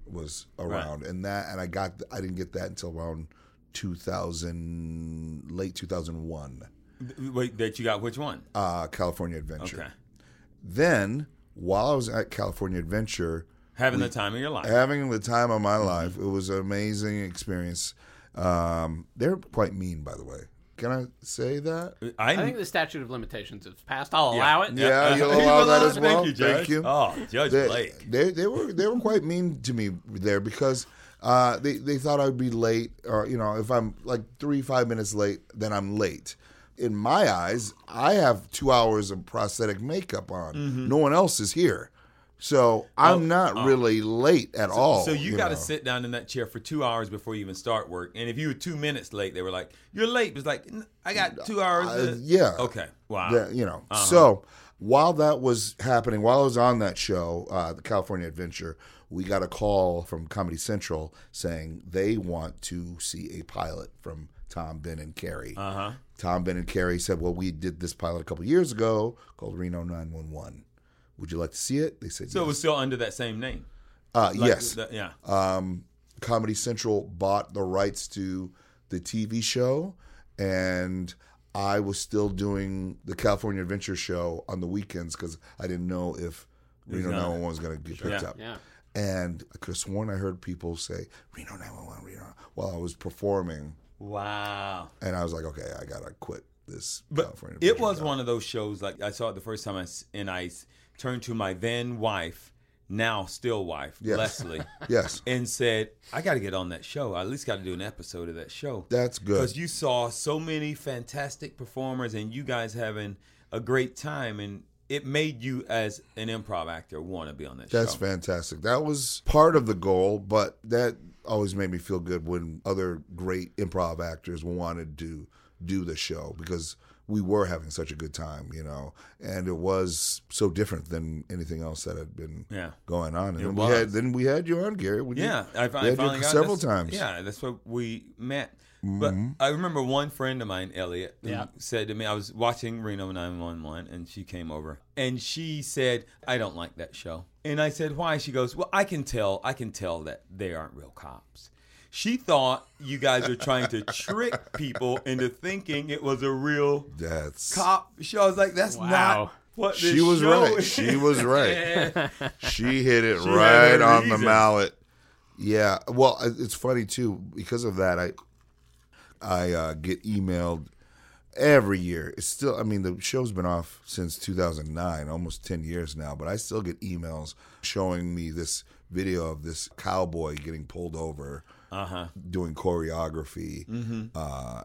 Speaker 3: was around, and that and I got I didn't get that until around two thousand late two thousand one.
Speaker 1: Wait, that you got which one?
Speaker 3: Uh, California Adventure.
Speaker 1: Okay.
Speaker 3: Then while I was at California Adventure.
Speaker 1: Having the time of your life.
Speaker 3: having the time of my life. It was an amazing experience. Um, they're quite mean, by the way. Can I say that?
Speaker 1: I,
Speaker 2: I think the statute of limitations is passed. I'll allow it. Uh,
Speaker 3: Yeah, you'll allow that as well.
Speaker 1: Thank you, Judge.
Speaker 3: Thank you.
Speaker 1: Oh, Judge
Speaker 3: They,
Speaker 1: Blake.
Speaker 3: they they were they were quite mean to me there because uh, they they thought I'd be late or you know if I'm like three five minutes late then I'm late. In my eyes, I have two hours of prosthetic makeup on.
Speaker 1: Mm-hmm.
Speaker 3: No one else is here, so I'm not really late at all.
Speaker 1: Oh, So you, got to
Speaker 3: Oh, know.
Speaker 1: sit down in that chair for two hours before you even start work. And if you were two minutes late, they were like, "You're late." It's like, "N- "I got two hours."
Speaker 3: Uh,
Speaker 1: to-"
Speaker 3: yeah.
Speaker 1: Okay. Wow.
Speaker 3: that, you know.
Speaker 1: uh-huh.
Speaker 3: So while that was happening, while I was on that show, uh, the California Adventure, we got a call from Comedy Central saying they want to see a pilot from Tom, Ben, and Carrie. Uh-huh. Tom, Ben, and Carrie said, "Well, we did this pilot a couple years ago called Reno 911. Would you like to see it?" They said,
Speaker 1: So it
Speaker 3: yes.
Speaker 1: was still under that same name.
Speaker 3: Uh,
Speaker 1: Like,
Speaker 3: yes."
Speaker 1: the- yeah.
Speaker 3: um, Comedy Central bought the rights to the TV show, and I was still doing the California Adventure show on the weekends because I didn't know if Reno 911 was going to get picked
Speaker 1: Yeah.
Speaker 3: up.
Speaker 2: Yeah.
Speaker 3: And I could have sworn I heard people say Reno 911, Reno, while I was performing,
Speaker 1: wow.
Speaker 3: and I was like, okay, I gotta quit this
Speaker 1: But
Speaker 3: California.
Speaker 1: it
Speaker 3: Adventure
Speaker 1: was
Speaker 3: job.
Speaker 1: one of those shows. Like I saw it the first time, I s- and I s- turned to my then wife, now still wife,
Speaker 3: Yes.
Speaker 1: Leslie,
Speaker 3: Yes,
Speaker 1: and said, "I got to get on that show. I at least got to do an episode of that show."
Speaker 3: that's
Speaker 1: because
Speaker 3: good.
Speaker 1: you saw so many fantastic performers and you guys having a great time and it made you as an improv actor want to be on that
Speaker 3: That's
Speaker 1: show.
Speaker 3: fantastic. That was part of the goal, but that always made me feel good when other great improv actors wanted to do the show because we were having such a good time, you know, and it was so different than anything else that had been
Speaker 1: Yeah.
Speaker 3: going on. And then we
Speaker 1: was.
Speaker 3: had then we had you on, Gary. We did-
Speaker 1: Yeah, I,
Speaker 3: we
Speaker 1: fi- I
Speaker 3: had you
Speaker 1: finally got
Speaker 3: several
Speaker 1: that's-
Speaker 3: times. Mm-hmm.
Speaker 1: Yeah, that's what we met. But I remember one friend of mine, Elliot, who
Speaker 2: Yeah.
Speaker 1: said to me, I was watching Reno 911 and she came over and she said, I don't like that show. And I said, why? She goes, well, I can tell, I can tell that they aren't real cops. She thought you guys are trying to trick people into thinking it was a real
Speaker 3: That's
Speaker 1: cop show. I was like, that's
Speaker 2: Wow.
Speaker 1: not what this
Speaker 3: she was
Speaker 1: show
Speaker 3: right.
Speaker 1: is.
Speaker 3: She was right. she hit it
Speaker 1: had
Speaker 3: right
Speaker 1: her
Speaker 3: on
Speaker 1: reasons.
Speaker 3: the mallet. Yeah. Well, it- it's funny too because of that. I I uh, get emailed every year. It's still. I mean, the show's been off since 2009, almost 10 years now. But I still get emails showing me this video of this cowboy getting pulled over, uh-huh. doing choreography, uh, and it's,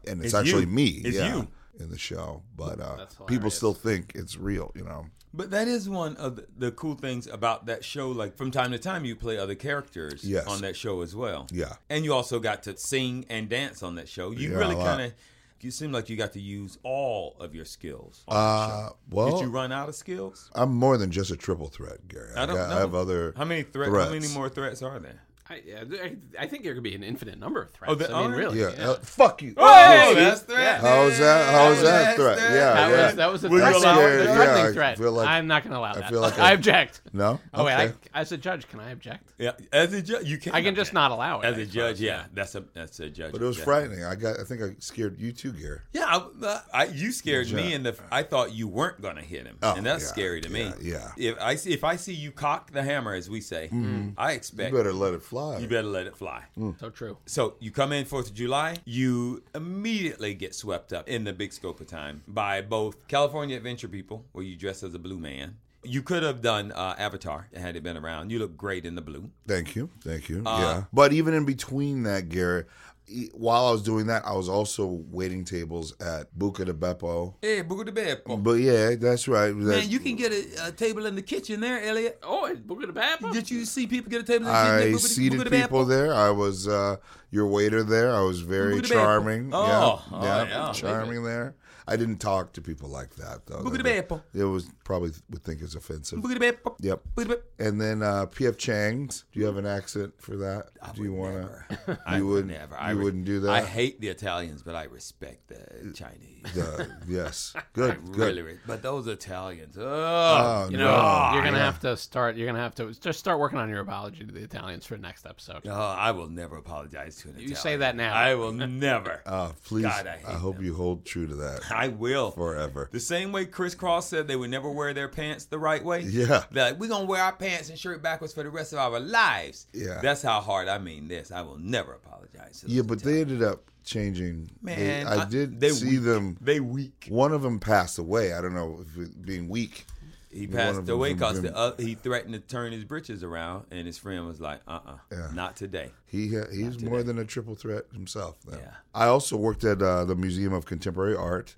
Speaker 1: Mm-hmm. It's
Speaker 3: actually
Speaker 1: you.
Speaker 3: me.
Speaker 1: It's
Speaker 3: yeah.
Speaker 1: you.
Speaker 3: In the show, but uh, people
Speaker 2: hilarious.
Speaker 3: still think it's real, you know.
Speaker 1: But that is one of the- the cool things about that show. Like from time to time, you play other characters
Speaker 3: Yes.
Speaker 1: on that show as well.
Speaker 3: Yeah.
Speaker 1: and you also got to sing and dance on that show. You
Speaker 3: Yeah,
Speaker 1: really
Speaker 3: a lot.
Speaker 1: kind of. You seem like you got to use all of your skills. on that
Speaker 3: Uh,
Speaker 1: show.
Speaker 3: well,
Speaker 1: Did you run out of skills?
Speaker 3: I'm more than just a triple threat, Gary. I,
Speaker 1: I don't
Speaker 3: got-
Speaker 1: know.
Speaker 3: I have other.
Speaker 1: How many threats? How
Speaker 3: threats.
Speaker 1: many more threats are there?
Speaker 2: I, yeah, I, I think there could be an infinite number of threats.
Speaker 1: Oh, the-
Speaker 2: I mean,
Speaker 1: oh,
Speaker 2: really.
Speaker 3: Yeah.
Speaker 2: yeah.
Speaker 3: uh, fuck you.
Speaker 1: Oh, that's threat.
Speaker 3: How's that? How's
Speaker 1: That's
Speaker 3: that threat?
Speaker 1: that.
Speaker 3: Yeah,
Speaker 2: That
Speaker 3: yeah.
Speaker 2: was that was a
Speaker 1: Were you
Speaker 2: threatening,
Speaker 1: allowed-
Speaker 2: that was a
Speaker 1: Yeah,
Speaker 2: threatening
Speaker 3: I
Speaker 2: threat.
Speaker 3: feel like-
Speaker 2: I'm not going to allow that. I,
Speaker 3: feel like I-
Speaker 2: object.
Speaker 3: No.
Speaker 2: Oh wait,
Speaker 3: Okay.
Speaker 2: I, as a judge, can I object?
Speaker 1: Yeah, as a judge, you can.
Speaker 2: I can just not allow it.
Speaker 1: As
Speaker 2: I
Speaker 1: a judge, yeah, that's a that's a judge.
Speaker 3: but it was
Speaker 1: yeah.
Speaker 3: frightening. I got. I think I scared you too, Gary.
Speaker 1: Yeah, I, uh, I, you scared me, and the I thought you weren't going to hit him,
Speaker 3: Oh,
Speaker 1: and that's
Speaker 3: yeah,
Speaker 1: scary to me.
Speaker 3: yeah, Mm.
Speaker 1: If I see if I see you cock the hammer, as we say, I expect
Speaker 3: You better Mm. let it fly.
Speaker 1: let it fly.
Speaker 2: suppose. So true.
Speaker 1: So you come in Fourth of July, you immediately get swept up in the big scope of time by both California Adventure people, where you dress as a blue man. You could have done uh, Avatar had it been around. You look great in the blue.
Speaker 3: Thank you. Thank you.
Speaker 1: Uh,
Speaker 3: yeah. But even in between that, Garrett, e- while I was doing that, I was also waiting tables at Buca de Beppo.
Speaker 1: Hey, Buga de Bed.
Speaker 3: But yeah, that's right. That's-
Speaker 1: Man, you can get a, a table in the kitchen there, Elliot.
Speaker 2: Oh, it's Book of the Bible.
Speaker 1: Did you see people get a table in the kitchen? at
Speaker 3: I
Speaker 1: Buga de- Buga
Speaker 3: seated
Speaker 1: de Beppo?
Speaker 3: people there. I was uh, your waiter there. I was very
Speaker 1: Boogity bad.
Speaker 3: charming.
Speaker 1: Oh,
Speaker 3: yeah,
Speaker 1: oh, yeah.
Speaker 3: charming there. I didn't talk to people like that though.
Speaker 1: Boogity
Speaker 3: That-
Speaker 1: bad.
Speaker 3: It was probably would think it's offensive.
Speaker 1: Buga de Beppo.
Speaker 3: Yep.
Speaker 1: Buga de Beppo.
Speaker 3: And then uh, PF Chang's. Do you have an accent for that? do you want to?
Speaker 1: I
Speaker 3: You
Speaker 1: would
Speaker 3: wouldn't.
Speaker 1: never.
Speaker 3: You
Speaker 1: I re-
Speaker 3: wouldn't do that.
Speaker 1: I hate the Italians, but I respect the Chinese.
Speaker 3: The, yes. Good. Good.
Speaker 1: Really, re- but those Italians.
Speaker 3: Oh,
Speaker 1: Oh,
Speaker 2: You know,
Speaker 3: no.
Speaker 2: you're gonna
Speaker 3: Yeah.
Speaker 2: have to start. You're gonna have to just start working on your apology to the Italians for next episode.
Speaker 1: Oh, I will never apologize to an Italian.
Speaker 2: You say that now.
Speaker 1: I will never.
Speaker 3: Uh, please.
Speaker 1: God, I
Speaker 3: I,
Speaker 1: hate
Speaker 3: hope you hold true to that
Speaker 1: I will.
Speaker 3: forever.
Speaker 1: the same way Chris Cross said they would never wear their pants the right way.
Speaker 3: Yeah.
Speaker 1: They're Like, we're going to wear our pants and shirt backwards for the rest of our lives.
Speaker 3: Yeah.
Speaker 1: That's how hard I mean this. I will never apologize. To
Speaker 3: Yeah,
Speaker 1: those
Speaker 3: but they ended up changing. They-
Speaker 1: Man,
Speaker 3: I,
Speaker 1: I-
Speaker 3: did
Speaker 1: they
Speaker 3: see
Speaker 1: weak.
Speaker 3: them.
Speaker 1: They weak.
Speaker 3: One of them passed away. I don't know if it being weak.
Speaker 1: He
Speaker 3: one of
Speaker 1: passed
Speaker 3: them
Speaker 1: away
Speaker 3: from
Speaker 1: because
Speaker 3: Jim-
Speaker 1: the other, he threatened to turn his britches around, and his friend was like, "Uh, uh
Speaker 3: Yeah.
Speaker 1: not today."
Speaker 3: He he's more than a triple threat himself. Then.
Speaker 1: Yeah.
Speaker 3: I also worked at uh, the Museum of Contemporary Art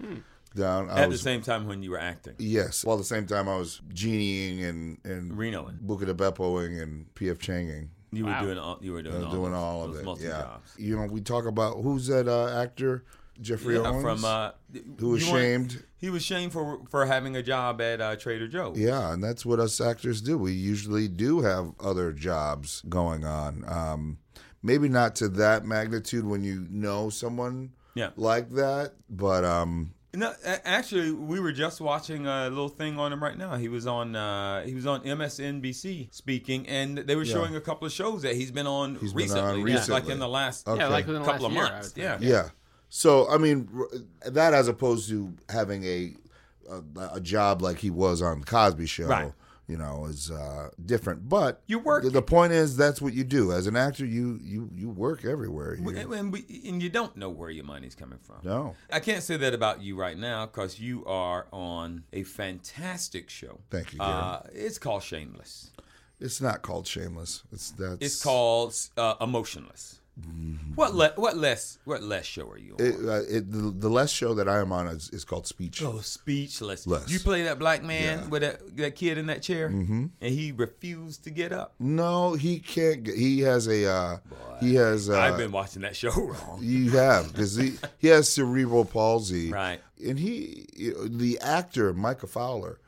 Speaker 3: down. I
Speaker 1: Hmm. At
Speaker 3: was,
Speaker 1: the same time when you were acting,
Speaker 3: yes. While at the same time, I was genieing and and
Speaker 1: Renoing.
Speaker 3: Book of Beppoing and PF Changing.
Speaker 1: you were
Speaker 2: Wow.
Speaker 1: doing all you were doing,
Speaker 3: I was
Speaker 1: all,
Speaker 3: Uh, doing
Speaker 1: those-
Speaker 3: all of
Speaker 1: those
Speaker 3: it.
Speaker 1: multi
Speaker 3: yeah.
Speaker 1: jobs.
Speaker 3: You know, we talk about who's that uh, actor Jeffrey
Speaker 1: Yeah,
Speaker 3: Owens
Speaker 1: from uh,
Speaker 3: who was
Speaker 1: you weren't-
Speaker 3: shamed.
Speaker 1: He was shamed for for having a job at uh, Trader Joe's.
Speaker 3: Yeah, and that's what us actors do. We usually do have other jobs going on. Um, maybe not to that magnitude when you know someone
Speaker 1: Yeah.
Speaker 3: like that, but um,
Speaker 1: No, a- actually, we were just watching a little thing on him right now. He was on uh, he was on MSNBC speaking, and they were showing a couple of shows that he's been on
Speaker 3: He's been
Speaker 1: recently,
Speaker 3: on
Speaker 1: just like
Speaker 3: recently.
Speaker 1: in the last
Speaker 3: Okay.
Speaker 2: Yeah, like within the
Speaker 1: couple
Speaker 2: last
Speaker 1: of
Speaker 2: year, I
Speaker 1: months.
Speaker 2: would think.
Speaker 1: Yeah.
Speaker 3: yeah. So I mean, r- that as opposed to having a a, a job like he was on Cosby Show.
Speaker 1: Right.
Speaker 3: You know, is uh, different, but
Speaker 1: You work.
Speaker 3: The, the point is, that's what you do as an actor. You you you work everywhere. You,
Speaker 1: And, and, we, and you don't know where your money's coming from.
Speaker 3: no,
Speaker 1: I can't say that about you right now because you are on a fantastic show.
Speaker 3: Thank you, Gary.
Speaker 1: Uh, it's called Shameless.
Speaker 3: it's not called Shameless. It's that's
Speaker 1: It's called uh, Emotionless. What le- what less what less show are you on?
Speaker 3: Mm-hmm. It, uh, it, the, the last show that I am on is, is called Speech.
Speaker 1: oh, speechless.
Speaker 3: Less.
Speaker 1: You play that black man with that, that kid in that chair, mm-hmm. and he refused to get up.
Speaker 3: No, he can't. Get, he has a. Uh, he has. Uh,
Speaker 1: I've been watching that show wrong.
Speaker 3: You have because he he has cerebral palsy,
Speaker 1: Right.
Speaker 3: And he, the actor Micah Fowler,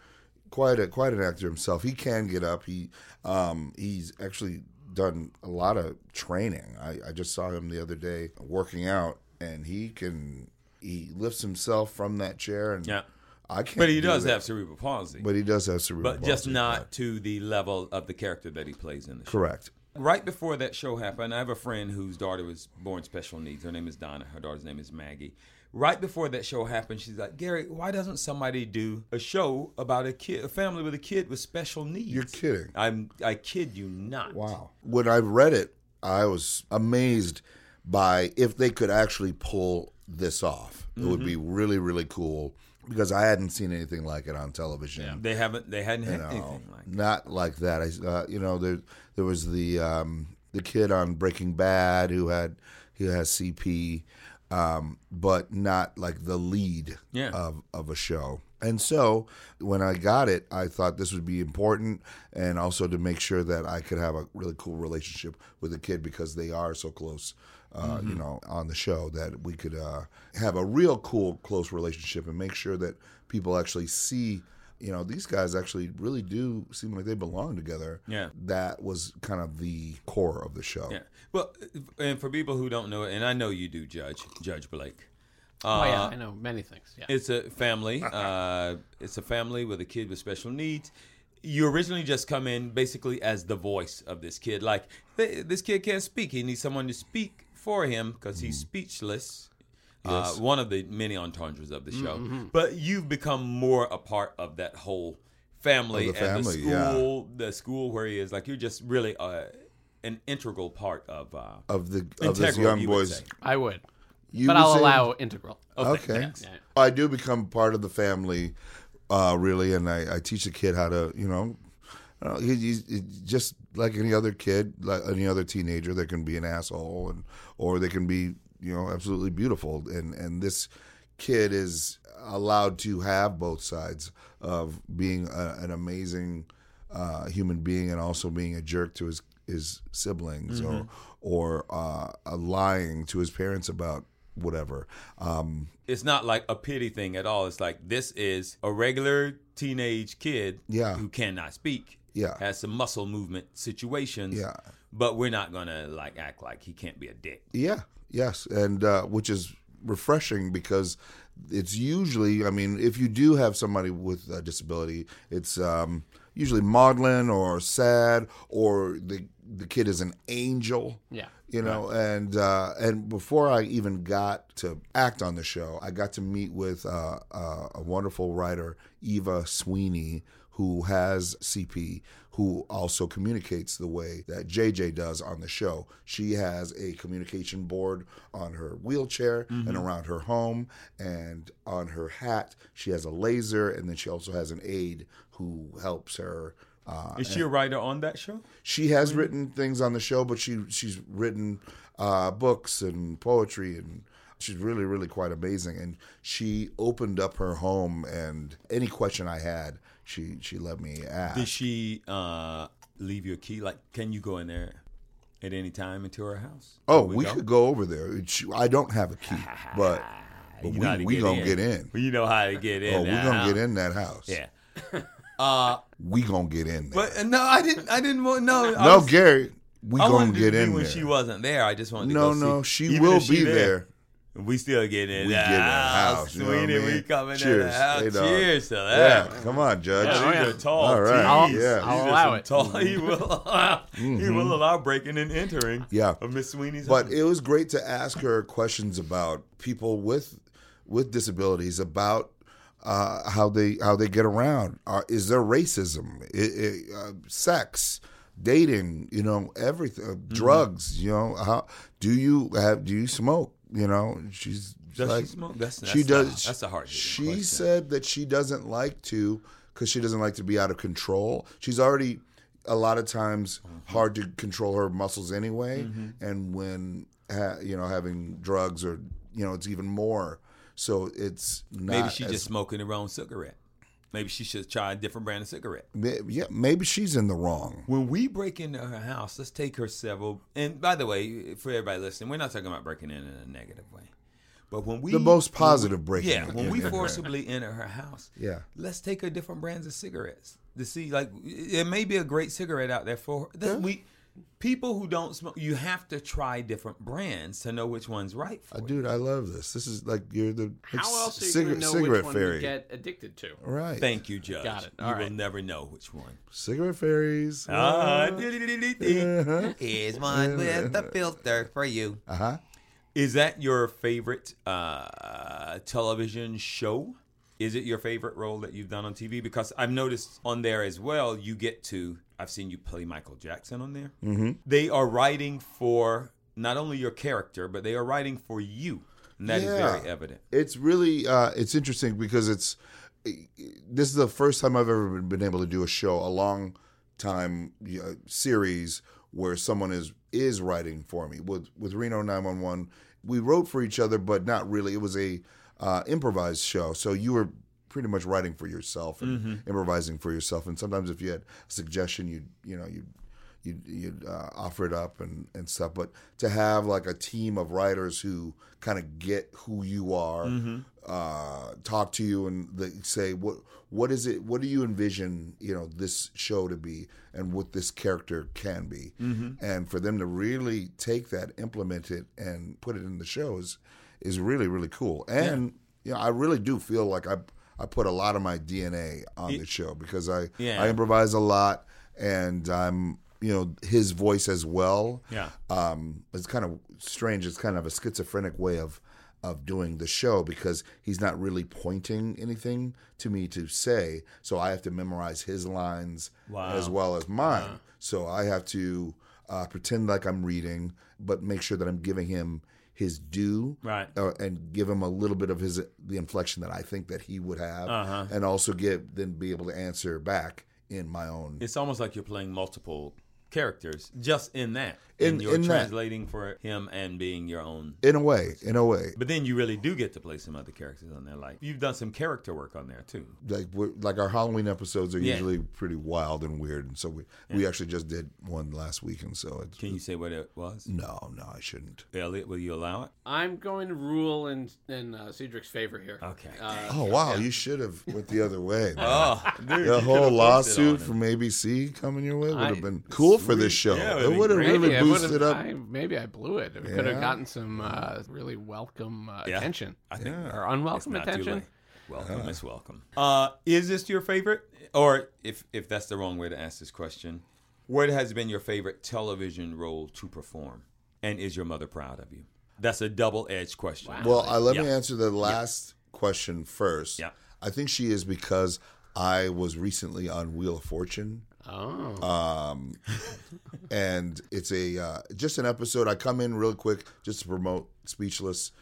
Speaker 3: quite a quite an actor himself. He can get up. He um he's actually done a lot of training. I, I just saw him the other day working out and he can he lifts himself from that chair and
Speaker 1: Yeah.
Speaker 3: I can't.
Speaker 1: But he
Speaker 3: do
Speaker 1: does
Speaker 3: that.
Speaker 1: have cerebral palsy. But,
Speaker 3: But he does have cerebral.
Speaker 1: just
Speaker 3: palsy,
Speaker 1: not
Speaker 3: right.
Speaker 1: to the level of the character that he plays in the show.
Speaker 3: correct.
Speaker 1: Right before that show happened, I have a friend whose daughter was born special needs. Her name is Donna. Her daughter's name is Maggie. Right before that show happened, she's like, Gary, why doesn't somebody do a show about a kid, a family with a kid with special needs?
Speaker 3: You're kidding.
Speaker 1: I'm, I kid you not.
Speaker 3: Wow. When I read it, I was amazed by if they could actually pull this off. It would be
Speaker 1: Mm-hmm.
Speaker 3: really, really cool because I hadn't seen anything like it on television.
Speaker 1: They haven't, they hadn't had
Speaker 3: No,
Speaker 1: anything like that.
Speaker 3: not like that. I, uh, you know, there there was the um, the kid on Breaking Bad who had who has CP, um, but not like the lead
Speaker 1: Yeah.
Speaker 3: of of a show. And so when I got it, I thought this would be important, and also to make sure that I could have a really cool relationship with the kid because they are so close. Uh,
Speaker 1: Mm-hmm.
Speaker 3: You know, on the show that we could uh, have a real cool, close relationship, and make sure that people actually see you know, these guys actually really do seem like they belong together.
Speaker 1: Yeah.
Speaker 3: That was kind of the core of the show.
Speaker 1: Yeah. Well, and for people who don't know it, and I know you do, Judge, Judge Blake. Uh,
Speaker 2: oh yeah, I know many things. Yeah.
Speaker 1: It's a family. Uh, it's a family with a kid with special needs. You originally just come in basically as the voice of this kid. Like th- this kid can't speak. He needs someone to speak for him because
Speaker 3: Mm-hmm.
Speaker 1: he's speechless. Uh, one of the many entendres of the show.
Speaker 3: Mm-hmm.
Speaker 1: But you've become more a part of that whole family,
Speaker 3: Of the
Speaker 1: and the
Speaker 3: family, yeah.
Speaker 1: school, the school where he is. Like you're just really uh, an integral part of. Uh,
Speaker 3: Of the of this
Speaker 1: Integral,
Speaker 3: young
Speaker 1: you would
Speaker 3: boys.
Speaker 1: say.
Speaker 2: I would,
Speaker 3: You
Speaker 2: but
Speaker 3: would
Speaker 2: I'll
Speaker 3: say-
Speaker 2: allow integral.
Speaker 3: Okay.
Speaker 2: Yeah.
Speaker 3: I do become part of the family, uh, really, and I, I teach the kid how to, you know, uh, he, he's, he's just like any other kid, like any other teenager, they can be an asshole, and or they can be, you know, absolutely beautiful. And and this kid is allowed to have both sides of being a, an amazing uh, human being and also being a jerk to his his siblings or or uh, uh, lying to his parents about whatever. Um,
Speaker 1: it's not like a pity thing at all. It's like this is a regular teenage kid
Speaker 3: Yeah.
Speaker 1: who cannot speak.
Speaker 3: Yeah.
Speaker 1: Has some muscle movement situations.
Speaker 3: Yeah.
Speaker 1: But we're not gonna like act like he can't be a dick.
Speaker 3: Yeah. Yes, and uh, which is refreshing because it's usually, I mean, if you do have somebody with a disability, it's um, usually maudlin or sad, or the the kid is an angel.
Speaker 2: Yeah.
Speaker 3: You know, and uh, and before I even got to act on the show, I got to meet with uh, uh, a wonderful writer, Eva Sweeney, who has CP, who also communicates the way that JJ does on the show. She has a communication board on her wheelchair and around her home, and on her hat she has a laser, and then she also has an aide who helps her. Uh,
Speaker 1: Is she a writer on that show?
Speaker 3: she has
Speaker 1: Mm-hmm.
Speaker 3: written things on the show, but she she's written uh, books and poetry, and she's really really quite amazing. And she opened up her home, and any question I had, she she let me ask.
Speaker 1: Did she uh, leave your key? Like, can you go in there at any time into her house?
Speaker 3: oh,
Speaker 1: Can
Speaker 3: we, could go over there. It- she- I don't have a key, but, but
Speaker 1: You know how to
Speaker 3: we we gonna get in.
Speaker 1: You know how to get in.
Speaker 3: Oh, we
Speaker 1: now.
Speaker 3: gonna get in that house.
Speaker 1: Yeah. Uh,
Speaker 3: we gonna get in there.
Speaker 1: but uh, no, I didn't. I didn't want. No, I
Speaker 3: no,
Speaker 1: was-
Speaker 3: Gary, we
Speaker 1: I
Speaker 3: gonna
Speaker 1: wanted to
Speaker 3: get
Speaker 1: be
Speaker 3: in
Speaker 1: when
Speaker 3: there.
Speaker 1: she wasn't there. I just wanted to
Speaker 3: no,
Speaker 1: go see.
Speaker 3: no, she
Speaker 1: Even
Speaker 3: will
Speaker 1: if
Speaker 3: be there.
Speaker 1: We still get in
Speaker 3: We
Speaker 1: the
Speaker 3: get in the
Speaker 1: house.
Speaker 3: house, you know what I
Speaker 1: Sweetie, we
Speaker 3: mean?
Speaker 1: coming in the
Speaker 3: Cheers.
Speaker 1: house.
Speaker 3: Hey, dog.
Speaker 1: Cheers to
Speaker 3: Yeah,
Speaker 1: that.
Speaker 3: come on, Judge.
Speaker 2: Yeah, oh, yeah.
Speaker 1: These are tall.
Speaker 3: All right. Mm-hmm.
Speaker 1: tees.
Speaker 3: I'll-
Speaker 1: These
Speaker 2: I'll
Speaker 1: are
Speaker 2: allow
Speaker 1: some
Speaker 2: it.
Speaker 1: Tall. He will. Allow, He will allow breaking and entering.
Speaker 3: Mm-hmm. Yeah.
Speaker 1: Of Miss Sweeney's.
Speaker 3: But
Speaker 1: house.
Speaker 3: it was great to ask her questions about people with with disabilities, about uh, how they how they get around. Are, is there racism? I i uh, sex, dating, you know, everything, uh,
Speaker 1: Mm-hmm.
Speaker 3: drugs. You know, how do you have? Do you smoke? You know, she's
Speaker 1: does
Speaker 3: like,
Speaker 1: she smoke? That's, that's
Speaker 3: she does.
Speaker 1: Not, that's a hard.
Speaker 3: She
Speaker 1: question.
Speaker 3: said that she doesn't like to because she doesn't like to be out of control. She's already a lot of times hard to control her muscles anyway,
Speaker 1: Mm-hmm.
Speaker 3: and when ha- you know having drugs or you know it's even more. So it's not
Speaker 1: maybe she
Speaker 3: as-
Speaker 1: just smoking the wrong cigarette. Maybe she should try a different brand of cigarette.
Speaker 3: may- yeah maybe she's in the wrong.
Speaker 1: When we break into her house, let's take her several. And by the way, for everybody listening, we're not talking about breaking in in a negative way. But when we
Speaker 3: The most positive break.
Speaker 1: Yeah, when we forcibly enter her house,
Speaker 3: Yeah.
Speaker 1: let's take her different brands of cigarettes to see. Like, there may be a great cigarette out there for her. That we people who don't smoke, you have to try different brands to know which one's right for
Speaker 3: Uh,
Speaker 1: you.
Speaker 3: dude, I love this. This is like you're the like
Speaker 2: How else
Speaker 3: c-
Speaker 2: are you going to
Speaker 3: cigarette-
Speaker 2: know
Speaker 3: cigarette
Speaker 2: which one
Speaker 3: fairy.
Speaker 2: you get addicted to?
Speaker 3: Right.
Speaker 1: Thank you, Judge.
Speaker 2: Got it.
Speaker 1: You
Speaker 2: All
Speaker 1: will
Speaker 2: right.
Speaker 1: never know which one.
Speaker 3: Cigarette fairies.
Speaker 1: Ah,
Speaker 3: Uh
Speaker 1: dee-dee-dee-dee-dee. Here's one with the filter for you.
Speaker 3: huh.
Speaker 1: Is that your favorite uh, television show? Is it your favorite role that you've done on TV? Because I've noticed on there as well, you get to, I've seen you play Michael Jackson on there. Mm-hmm. They are writing for not only your character, but they are writing for you. And that is
Speaker 3: Yeah.
Speaker 1: very evident.
Speaker 3: It's really uh, it's interesting because it's this is the first time I've ever been- been able to do a show, a long time you know, series where someone is is writing for me. With with Reno 911, we wrote for each other, but not really. It was a uh, improvised show, so you were pretty much writing for yourself and improvising for yourself. And sometimes if you had a suggestion, you would you know you. would You'd, you'd uh, offer it up and, and stuff, but to have like a team of writers who kind of get who you are, uh, talk to you and they say what what is it what do you envision you know this show to be and what this character can be and for them to really take that implement it and put it in the show is is really really cool and you know I really do feel like I I put a lot of my DNA on the show because I
Speaker 1: Yeah.
Speaker 3: I improvise a lot and I'm you know his voice as well
Speaker 1: Yeah.
Speaker 3: um, it's kind of strange. It's kind of a schizophrenic way of of doing the show because he's not really pointing anything to me to say, so I have to memorize his lines
Speaker 1: Wow.
Speaker 3: as well as mine. So I have to uh, pretend like I'm reading, but make sure that I'm giving him his due,
Speaker 1: Right.
Speaker 3: uh, and give him a little bit of his the inflection that I think that he would have,
Speaker 1: Uh-huh.
Speaker 3: and also get then be able to answer back in my own
Speaker 1: It's almost like you're playing multiple characters just in that.
Speaker 3: In-
Speaker 1: and you're
Speaker 3: in that.
Speaker 1: translating for him and being your own
Speaker 3: in a way, in a way.
Speaker 1: But then you really do get to play some other characters on there. Like you've done some character work on there too.
Speaker 3: like we're, like our Halloween episodes are
Speaker 1: Yeah.
Speaker 3: usually pretty wild and weird, and so we we actually just did one last week, and so it's
Speaker 1: Can you say what it was?
Speaker 3: no, no, I shouldn't.
Speaker 1: Elliot, will you allow it?
Speaker 2: I'm going to rule in in uh, Cedric's favor here.
Speaker 1: Okay.
Speaker 2: Uh,
Speaker 3: Oh wow, you should have went the other way. man.
Speaker 1: Oh, dude,
Speaker 3: the
Speaker 1: you
Speaker 3: whole
Speaker 1: could've posted on
Speaker 3: lawsuit
Speaker 1: him.
Speaker 3: from ABC coming your way would
Speaker 2: I-
Speaker 3: have been cool for this show.
Speaker 1: Yeah, it would've
Speaker 3: it
Speaker 1: been
Speaker 3: would have
Speaker 1: great.
Speaker 3: really
Speaker 2: I would've-
Speaker 3: boosted up.
Speaker 2: I, maybe I blew it. It could have
Speaker 3: Yeah.
Speaker 2: gotten some uh, really welcome uh,
Speaker 1: Yeah.
Speaker 2: attention
Speaker 1: I think
Speaker 2: or
Speaker 1: it's
Speaker 2: unwelcome
Speaker 1: not too
Speaker 2: attention.
Speaker 1: late. Welcome,
Speaker 3: Ah.
Speaker 1: it's welcome. Uh, is this your favorite, or if if that's the wrong way to ask this question, what has been your favorite television role to perform, and is your mother proud of you? That's a double edged question.
Speaker 3: Well, I, let me
Speaker 1: Yeah.
Speaker 3: answer the last question first.
Speaker 1: Yeah.
Speaker 3: I think she is because I was recently on Wheel of Fortune.
Speaker 2: Oh,
Speaker 1: Uh,
Speaker 3: and it's a uh, just an episode. I come in real quick just to promote Speechless.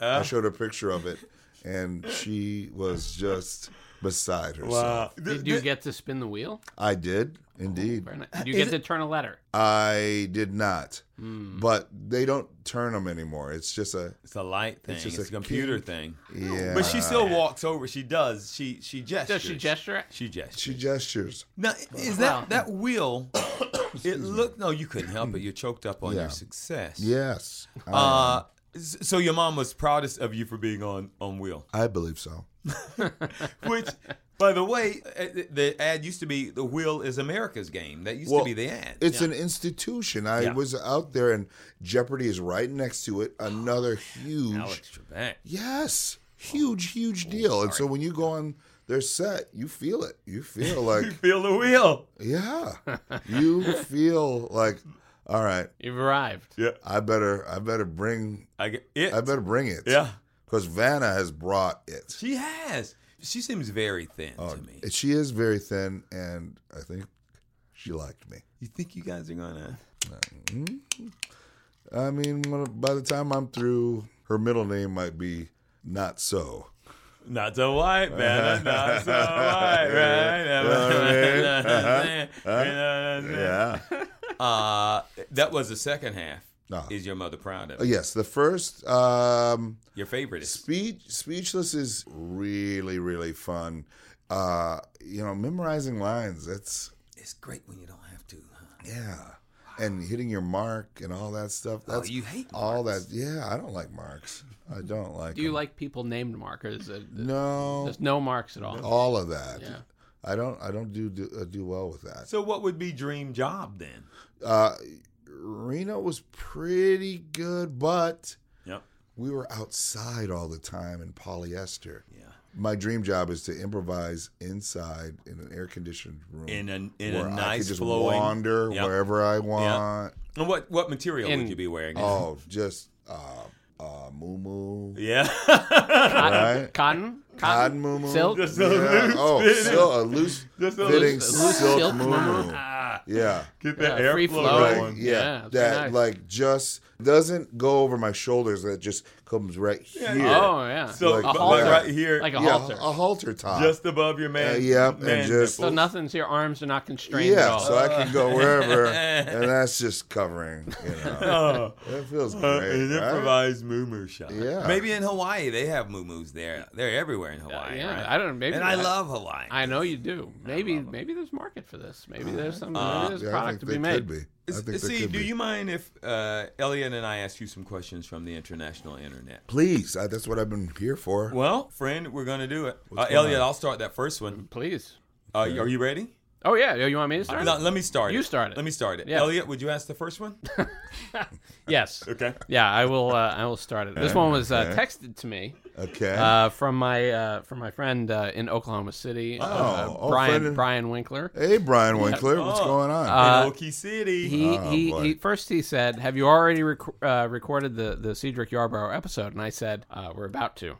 Speaker 1: Uh.
Speaker 3: I showed a picture of it, and she was just beside herself.
Speaker 2: did you get to spin the wheel?
Speaker 3: I did indeed.
Speaker 2: Very nice. Did you get to turn a letter?
Speaker 3: I did not,
Speaker 1: Hmm.
Speaker 3: but they don't turn them anymore. It's just a
Speaker 1: It's a light thing. It's,
Speaker 3: just
Speaker 1: a,
Speaker 3: a
Speaker 1: computer
Speaker 3: key.
Speaker 1: thing.
Speaker 3: yeah.
Speaker 1: But she still walks over. She does. She she gestures.
Speaker 2: Does she gesture?
Speaker 1: She gestures.
Speaker 3: she gestures.
Speaker 1: Now, is
Speaker 2: Well-
Speaker 1: that that wheel? it looked no, you couldn't help it. You're choked up on
Speaker 3: Yeah.
Speaker 1: your success.
Speaker 3: Yes, I,
Speaker 1: Uh, s- so your mom was proudest of you for being on on wheel.
Speaker 3: I believe so.
Speaker 1: Which, by the way, uh, the- the ad used to be the wheel is America's game. That used
Speaker 3: Well,
Speaker 1: to be the ad.
Speaker 3: It's an institution. I
Speaker 1: Yeah.
Speaker 3: was out there, and Jeopardy is right next to it. Another huge
Speaker 1: Oh, Alex Oh, Trebek.
Speaker 3: Yes, huge, huge deal. And so when you go on their set, you feel it. You feel like,
Speaker 1: Feel the wheel.
Speaker 3: yeah, you feel like, all right,
Speaker 2: You've arrived.
Speaker 3: I better, I better bring,
Speaker 1: I get it.
Speaker 3: I better bring it.
Speaker 1: yeah,
Speaker 3: because Vanna has brought it.
Speaker 1: she has. She seems very thin
Speaker 3: Oh,
Speaker 1: to me.
Speaker 3: She is very thin, and I think she liked me.
Speaker 1: You think you guys are gonna?
Speaker 3: I mean, when- by the time I'm through, her middle name might be not so.
Speaker 1: Not so white, man. Not so white, right? Uh-huh. You know what Uh-huh. I'm saying? You know what I'm saying?
Speaker 3: Yeah.
Speaker 1: Uh, that was the second half.
Speaker 3: Ah.
Speaker 1: Is your mother proud of
Speaker 3: Uh,
Speaker 1: it?
Speaker 3: yes, the first. Um,
Speaker 1: Your favorite is
Speaker 3: Speech speechless is really really fun. Uh, you know, memorizing lines. That's
Speaker 1: it's great when you don't have to. Huh?
Speaker 3: yeah, and hitting your mark and all that stuff.
Speaker 2: Oh,
Speaker 3: That's
Speaker 1: Oh, you hate
Speaker 3: all that. Yeah, I don't like marks. I don't like.
Speaker 2: Do you
Speaker 3: 'em.
Speaker 2: like people named markers? Uh,
Speaker 3: No,
Speaker 2: There's no marks at all.
Speaker 3: all of that.
Speaker 2: Yeah.
Speaker 3: I don't I don't do do, uh, do well with that.
Speaker 1: So what would be dream job then?
Speaker 3: Uh, Reno was pretty good, but
Speaker 1: Yep.
Speaker 3: we were outside all the time in polyester.
Speaker 1: Yeah.
Speaker 3: My dream job is to improvise inside in an air conditioned room
Speaker 1: In an in
Speaker 3: where
Speaker 1: a
Speaker 3: I could
Speaker 1: nice
Speaker 3: just
Speaker 1: flowing.
Speaker 3: wander
Speaker 1: Yep.
Speaker 3: wherever I want.
Speaker 1: And what what material
Speaker 2: In-
Speaker 1: would you be wearing?
Speaker 3: Oh, just uh, uh, moo moo.
Speaker 1: Yeah.
Speaker 3: Right?
Speaker 2: Cotton,
Speaker 3: Cotton moo moo.
Speaker 2: silk.
Speaker 1: Just a
Speaker 3: Yeah.
Speaker 1: loose
Speaker 3: Oh,
Speaker 1: fitting.
Speaker 3: sil- a loose
Speaker 1: Just a
Speaker 3: fitting
Speaker 2: loose- loose
Speaker 3: silk
Speaker 2: silk
Speaker 3: moo
Speaker 2: moo-moo.
Speaker 3: moo. Yeah.
Speaker 1: Get
Speaker 2: Yeah,
Speaker 1: that
Speaker 2: free
Speaker 1: airflow
Speaker 2: flow.
Speaker 3: Right,
Speaker 1: going.
Speaker 3: yeah,
Speaker 2: Yeah, that'd be
Speaker 3: that
Speaker 2: nice.
Speaker 3: like just doesn't go over my shoulders. That just comes right
Speaker 1: Yeah.
Speaker 3: here.
Speaker 2: Oh yeah.
Speaker 1: So
Speaker 3: Like
Speaker 1: but- but
Speaker 3: halter.
Speaker 1: right here,
Speaker 2: like a
Speaker 3: yeah,
Speaker 2: halter.
Speaker 3: a halter top.
Speaker 1: just above your man.
Speaker 3: Uh, yep, and
Speaker 1: man
Speaker 3: just-
Speaker 2: so nothing's your arms are not constrained at
Speaker 3: yeah,
Speaker 2: all.
Speaker 3: so I can go wherever, and that's just covering. You know,
Speaker 1: Oh,
Speaker 3: it feels
Speaker 1: uh,
Speaker 3: great.
Speaker 1: an
Speaker 3: right?
Speaker 1: improvised moo moo shot.
Speaker 3: Yeah.
Speaker 1: Maybe in Hawaii they have moo moos there. They're everywhere in Hawaii.
Speaker 2: yeah,
Speaker 1: right?
Speaker 2: I don't know, maybe
Speaker 1: and I
Speaker 2: that-
Speaker 1: love Hawaii.
Speaker 2: I know you do. Maybe maybe there's market for this. Maybe there's some maybe there's
Speaker 3: Uh, Yeah, I think
Speaker 2: product to be
Speaker 3: they
Speaker 2: made.
Speaker 3: could be. I think they
Speaker 1: See,
Speaker 3: could
Speaker 1: do
Speaker 3: be.
Speaker 1: you mind if uh, Elliot and I ask you some questions from the international internet?
Speaker 3: Please, I, that's what I've been here for.
Speaker 1: Well, friend, we're gonna do it. Uh,
Speaker 3: going
Speaker 1: Elliot,
Speaker 3: on?
Speaker 1: I'll start that first one.
Speaker 2: Please.
Speaker 1: Uh, are you ready?
Speaker 2: Oh yeah, you want me to start?
Speaker 1: No, let me start.
Speaker 2: You
Speaker 1: it.
Speaker 2: start it.
Speaker 1: Let me start it.
Speaker 2: Yeah.
Speaker 1: Elliot, would you ask the first one?
Speaker 2: Yes.
Speaker 1: Okay.
Speaker 2: Yeah, I will. Uh, I will start it. This one was uh, texted to me
Speaker 3: Okay.
Speaker 2: uh, from my uh, from my friend uh, in Oklahoma City, uh, uh,
Speaker 3: oh,
Speaker 2: Brian
Speaker 3: friend-
Speaker 2: Brian Winkler.
Speaker 3: hey, Brian Winkler, what's
Speaker 1: Oh.
Speaker 3: going on?
Speaker 2: uh,
Speaker 1: in Okie City.
Speaker 2: He,
Speaker 3: Oh,
Speaker 2: he,
Speaker 3: boy.
Speaker 2: he first he said, "Have you already rec- uh, recorded the the Cedric Yarborough episode?" And I said, uh, "We're about to."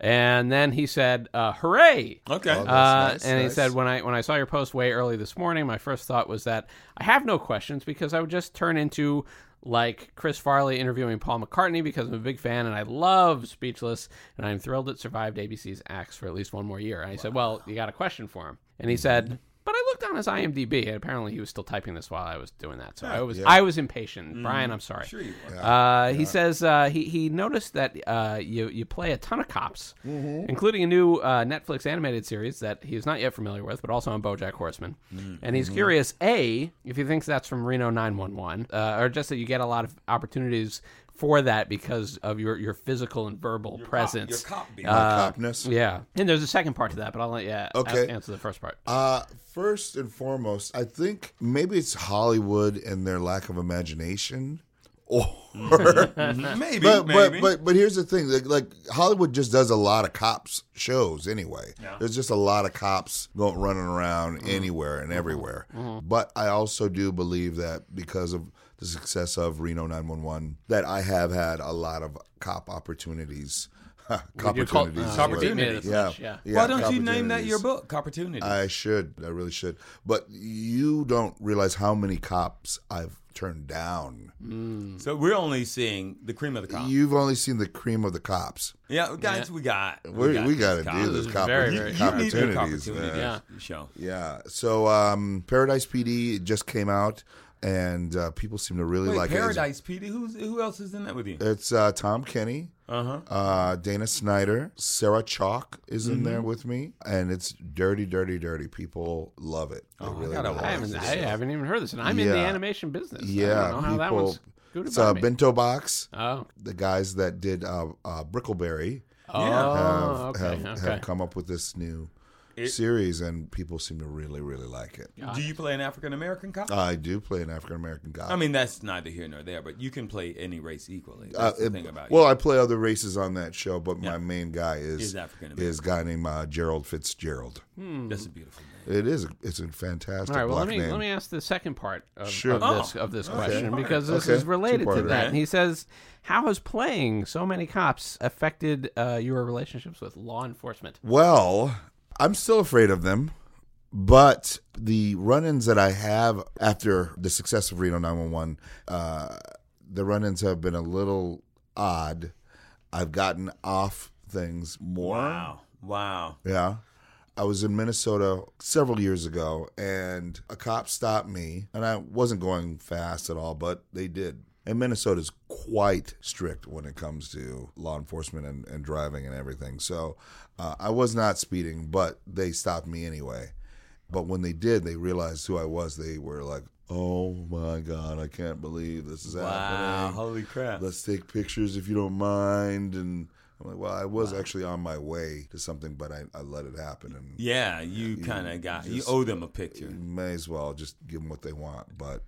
Speaker 2: And then he said, uh, "Hooray!"
Speaker 1: okay.
Speaker 3: Oh,
Speaker 2: Uh,
Speaker 3: That's nice,
Speaker 2: and he
Speaker 3: nice.
Speaker 2: said, when I when I saw your post way early this morning, my first thought was that I have no questions because I would just turn into like Chris Farley interviewing Paul McCartney because I'm a big fan and I love Speechless and I'm thrilled it survived ABC's Axe for at least one more year. And I said, well, you got a question for him? And he
Speaker 3: Mm-hmm.
Speaker 2: said. But I looked on his IMDb, and apparently he was still typing this while I was doing that. So I was I was impatient.
Speaker 3: Mm-hmm.
Speaker 2: Brian, I'm sorry.
Speaker 1: Sure you are.
Speaker 2: Uh, he says uh, he he noticed that uh, you you play a ton of cops,
Speaker 3: Mm-hmm.
Speaker 2: including a new uh, Netflix animated series that he is not yet familiar with, but also on BoJack Horseman.
Speaker 3: Mm-hmm.
Speaker 2: And he's curious: a if he thinks that's from Reno 911, uh, or just that you get a lot of opportunities for that because of your your physical and verbal presence.
Speaker 1: Your cop beat.
Speaker 2: uh,
Speaker 3: Copness.
Speaker 2: yeah, and there's a second part to that, but I'll let you uh, a-
Speaker 3: Okay.
Speaker 2: answer the first part.
Speaker 3: Uh, first and foremost, I think maybe it's Hollywood and their lack of imagination, or
Speaker 1: maybe,
Speaker 3: but,
Speaker 1: maybe.
Speaker 3: but but but here's the thing: like, like Hollywood just does a lot of cops shows anyway. There's just a lot of cops going running around
Speaker 1: Mm-hmm.
Speaker 3: anywhere and everywhere. But I also do believe that because of the success of Reno 911, that I have had a lot of cop opportunities. cop
Speaker 2: You call-
Speaker 3: opportunities.
Speaker 2: uh,
Speaker 3: is
Speaker 2: you
Speaker 3: what-
Speaker 2: beat me to the
Speaker 1: Opportunities.
Speaker 3: Yeah,
Speaker 2: punch, yeah.
Speaker 1: Why don't you name that
Speaker 3: opportunities.
Speaker 1: your book, Opportunity?
Speaker 3: I should. I really should. But you don't realize how many cops I've turned down.
Speaker 1: so we're only seeing the cream of the crop.
Speaker 3: You've only seen the cream of the cops.
Speaker 1: yeah, guys, we got.
Speaker 3: We, we
Speaker 1: these
Speaker 3: got to do
Speaker 1: cops.
Speaker 3: this
Speaker 2: is
Speaker 3: cop
Speaker 2: very,
Speaker 1: You,
Speaker 2: very
Speaker 1: you need the
Speaker 3: opportunities.
Speaker 1: opportunity
Speaker 3: man.
Speaker 2: Yeah.
Speaker 1: show.
Speaker 3: Yeah. So um, Paradise PD it just came out, and uh, people seem to really
Speaker 1: Wait,
Speaker 3: like it.
Speaker 1: Paradise, Petey. Who's who else is in that with you?
Speaker 3: It's- It's uh, Tom Kenny.
Speaker 1: Uh huh.
Speaker 3: Uh, Dana Snyder, Sarah Chalk is in there with me, and it's dirty, dirty, dirty. People love it. They really
Speaker 1: gotta
Speaker 3: love
Speaker 1: watch
Speaker 2: I
Speaker 3: it.
Speaker 2: haven't
Speaker 3: So-
Speaker 2: I haven't even heard this, and I'm in the
Speaker 3: Yeah.
Speaker 2: animation business.
Speaker 3: Yeah,
Speaker 2: I don't know how that
Speaker 3: people-
Speaker 2: one's good
Speaker 3: It's uh,
Speaker 2: about
Speaker 3: a
Speaker 2: me.
Speaker 3: bento box.
Speaker 2: oh.
Speaker 3: the guys that did uh, uh, Brickleberry
Speaker 2: Oh,
Speaker 3: have,
Speaker 2: okay,
Speaker 3: have,
Speaker 2: okay.
Speaker 3: have come up with this new
Speaker 1: It-
Speaker 3: series, and people seem to really, really like it.
Speaker 1: Do you play an African American cop?
Speaker 3: I do play an African American guy.
Speaker 1: I mean, that's neither here nor there, but you can play any race equally. That's the thing about
Speaker 3: Uh, well, I play other races on that show, but my main guy
Speaker 1: Is
Speaker 3: is
Speaker 1: African-American. Hmm.
Speaker 3: is a guy named uh, Gerald Fitzgerald.
Speaker 1: you. That's a beautiful name.
Speaker 3: It is it's a fantastic
Speaker 2: All right. Well,
Speaker 3: black
Speaker 2: let me
Speaker 3: name.
Speaker 2: let me ask the second part of,
Speaker 3: Sure.
Speaker 2: of this
Speaker 1: Oh,
Speaker 2: of this
Speaker 1: okay.
Speaker 2: question
Speaker 1: Alright,
Speaker 2: because this
Speaker 3: okay.
Speaker 2: is related to
Speaker 3: Two-parter.
Speaker 2: that. And he says, "How has playing so many cops affected uh, your relationships with law enforcement?"
Speaker 3: Well, I'm still afraid of them, but the run-ins that I have after the success of Reno 911, uh, the run-ins have been a little odd. I've gotten off things more.
Speaker 1: Wow. Wow.
Speaker 3: Yeah. I was in Minnesota several years ago and a cop stopped me and I wasn't going fast at all, but they did. And Minnesota's quite strict when it comes to law enforcement and, and driving and everything. So uh, I was not speeding, but they stopped me anyway. But when they did, they realized who I was. They were like, oh my God, I can't believe this is
Speaker 1: Wow.
Speaker 3: happening
Speaker 1: Holy crap.
Speaker 3: let's take pictures if you don't mind and I'm like, well, I was actually on my way to something, but I, I let it happen, and
Speaker 1: Yeah, you kind of got you
Speaker 3: just-
Speaker 1: owe them a picture.
Speaker 3: may as well just give them what they want. But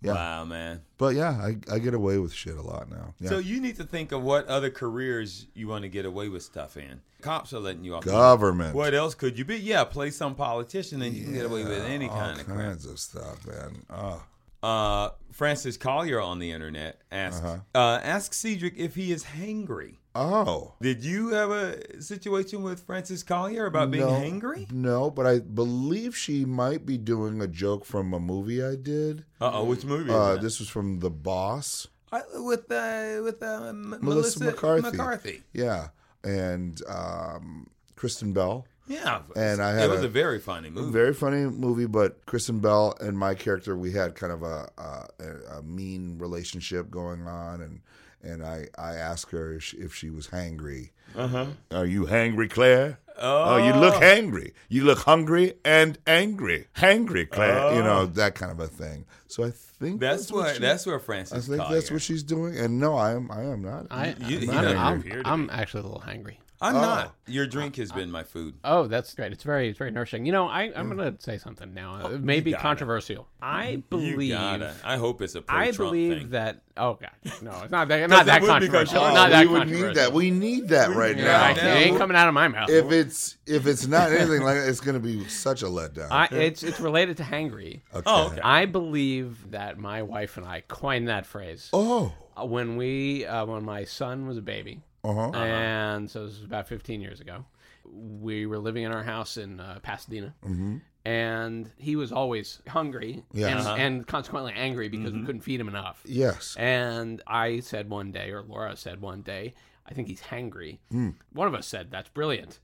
Speaker 3: yeah,
Speaker 1: Wow, man.
Speaker 3: but yeah, I, I get away with shit a lot now. Yeah.
Speaker 1: So you need to think of what other careers you want to get away with stuff in. Cops are letting you off. the hook.
Speaker 3: Government,
Speaker 1: What else could you be? Yeah, play some politician and you can get away with any
Speaker 3: all
Speaker 1: kind of crap.
Speaker 3: kinds of stuff, man. Oh.
Speaker 1: Uh, Francis Collier on the internet asks
Speaker 3: Uh-huh.
Speaker 1: uh ask Cedric if he is hangry.
Speaker 3: Oh,
Speaker 1: Did you have a situation with Francis Collier about being hangry?
Speaker 3: No, but I believe she might be doing a joke from a movie I did.
Speaker 1: Uh oh, which movie? is
Speaker 3: Uh,
Speaker 1: that?
Speaker 3: this was from The Boss.
Speaker 1: I, with uh, with uh, M-
Speaker 3: Melissa
Speaker 1: Melissa,
Speaker 3: McCarthy.
Speaker 1: McCarthy.
Speaker 3: Yeah, and um, Kristen Bell.
Speaker 1: Yeah,
Speaker 3: And I
Speaker 1: it
Speaker 3: had
Speaker 1: was
Speaker 3: a-
Speaker 1: a very funny movie.
Speaker 3: Very funny movie, but Kristen Bell and my character, we had kind of a a, a- a mean relationship going on, and and I I asked her if she, if she was hangry. Uh huh. Are you hangry, Claire? Oh. you look hangry. You look hungry and angry. Hangry, Claire. You know that kind of a thing. So I think
Speaker 1: that's, what
Speaker 3: she-
Speaker 1: that's where
Speaker 3: I
Speaker 1: Francis
Speaker 3: think
Speaker 1: Collier.
Speaker 3: that's what she's doing. And no, I am I am not.
Speaker 2: I,
Speaker 1: You- you
Speaker 2: I'm,
Speaker 1: don't
Speaker 2: I'm-
Speaker 1: appear to
Speaker 2: I'm actually a little hungry.
Speaker 3: Oh.
Speaker 1: I'm not. Your drink has been my food.
Speaker 2: Oh, that's great. It's very, it's very nourishing. You know, I, I'm going to say something
Speaker 1: Oh,
Speaker 2: now. It may be
Speaker 1: gotta.
Speaker 2: controversial. I
Speaker 1: You
Speaker 2: believe.
Speaker 1: gotta. I hope it's a pro
Speaker 2: I
Speaker 1: Trump
Speaker 2: believe
Speaker 1: thing.
Speaker 2: that. Oh God, no, it's not that. Not that
Speaker 1: would be
Speaker 2: controversial.
Speaker 1: controversial.
Speaker 2: Not
Speaker 3: Oh,
Speaker 2: that
Speaker 3: we would
Speaker 2: controversial.
Speaker 3: need that. We need that right
Speaker 1: Yeah,
Speaker 2: Yeah,
Speaker 3: now.
Speaker 2: I- it ain't coming out of my mouth.
Speaker 3: if it's if it's not anything like that, it's going to be such a letdown.
Speaker 2: I, it's it's related to hangry.
Speaker 1: Oh, okay.
Speaker 2: I believe that my wife and I coined that phrase
Speaker 3: oh,
Speaker 2: uh, when we uh, when my son was a baby,
Speaker 3: uh huh.
Speaker 2: and so this was about 15 years ago. We were living in our house in uh, Pasadena,
Speaker 3: Mm-hmm.
Speaker 2: and he was always hungry
Speaker 3: Yes.
Speaker 2: and,
Speaker 3: Uh-huh. Mm-hmm.
Speaker 2: and consequently angry because we couldn't feed him enough.
Speaker 3: Yes.
Speaker 2: And I said one day, or Laura said one day, I think he's hangry. One of us said, that's brilliant.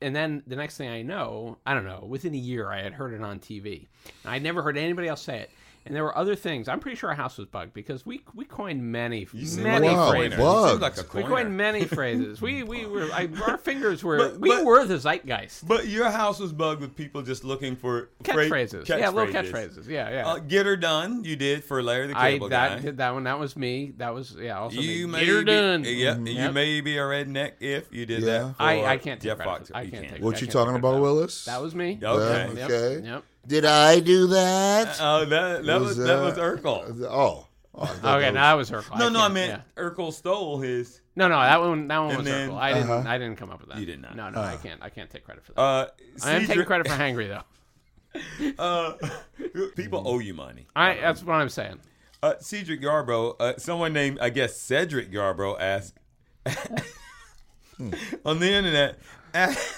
Speaker 2: And then the next thing I know, I don't know, within a year, I had heard it on TV. And I never heard anybody else say it. And there were other things. I'm pretty sure our house was bugged because we we coined many, many
Speaker 3: like a Wow,
Speaker 2: phrases.
Speaker 1: coiner.
Speaker 3: bugged.
Speaker 1: You seem like a
Speaker 2: We
Speaker 1: coiner.
Speaker 2: coined many phrases. We we were I, our fingers were
Speaker 1: But-
Speaker 2: we
Speaker 1: but-
Speaker 2: were the zeitgeist.
Speaker 1: But your house was bugged with people just looking for fra-
Speaker 2: Catchphrases, yeah, little catchphrases, yeah, yeah.
Speaker 1: Uh, get her done. You did for Larry the
Speaker 2: I
Speaker 1: Cable
Speaker 2: that
Speaker 1: Guy.
Speaker 2: did that one. That was me. That was yeah. Also,
Speaker 1: you
Speaker 2: me.
Speaker 1: may
Speaker 2: Get her
Speaker 1: be,
Speaker 2: done. Mm-hmm.
Speaker 1: Yeah, you
Speaker 2: Yep.
Speaker 1: may be a redneck if you did
Speaker 3: Yeah.
Speaker 1: that. For
Speaker 2: I, I can't take
Speaker 1: Jeff
Speaker 2: credit.
Speaker 1: Fox.
Speaker 2: I can't take. I
Speaker 3: what you
Speaker 2: can't
Speaker 3: talking
Speaker 2: take
Speaker 3: about,
Speaker 2: that.
Speaker 3: Willis?
Speaker 2: That was me.
Speaker 3: Yeah,
Speaker 1: Okay.
Speaker 2: Yep,
Speaker 3: okay.
Speaker 2: Yep.
Speaker 3: Did I do
Speaker 2: Uh,
Speaker 3: that?
Speaker 1: Oh, that that was,
Speaker 3: Was,
Speaker 1: that
Speaker 3: uh,
Speaker 1: was Urkel.
Speaker 3: oh. Oh, I thought that
Speaker 2: Okay,
Speaker 3: was-
Speaker 2: no, that was her. fault.
Speaker 1: No, no, I
Speaker 2: can't-
Speaker 1: meant
Speaker 2: yeah.
Speaker 1: Urkel stole his.
Speaker 2: no, no. That one, that one
Speaker 1: And
Speaker 2: was
Speaker 1: then-
Speaker 2: her. fault. I didn't,
Speaker 3: Uh-huh.
Speaker 2: I didn't come up with that.
Speaker 1: You did not. Uh-huh.
Speaker 2: No, no, I can't, I can't take credit for that.
Speaker 1: Uh,
Speaker 2: I am taking
Speaker 1: Cedric-
Speaker 2: credit for hangry though.
Speaker 1: Uh, people owe you money.
Speaker 2: I, that's what I'm saying.
Speaker 1: Uh, Cedric Yarbrough, uh, someone named, I guess, Cedric Yarbrough asked on the internet. asked-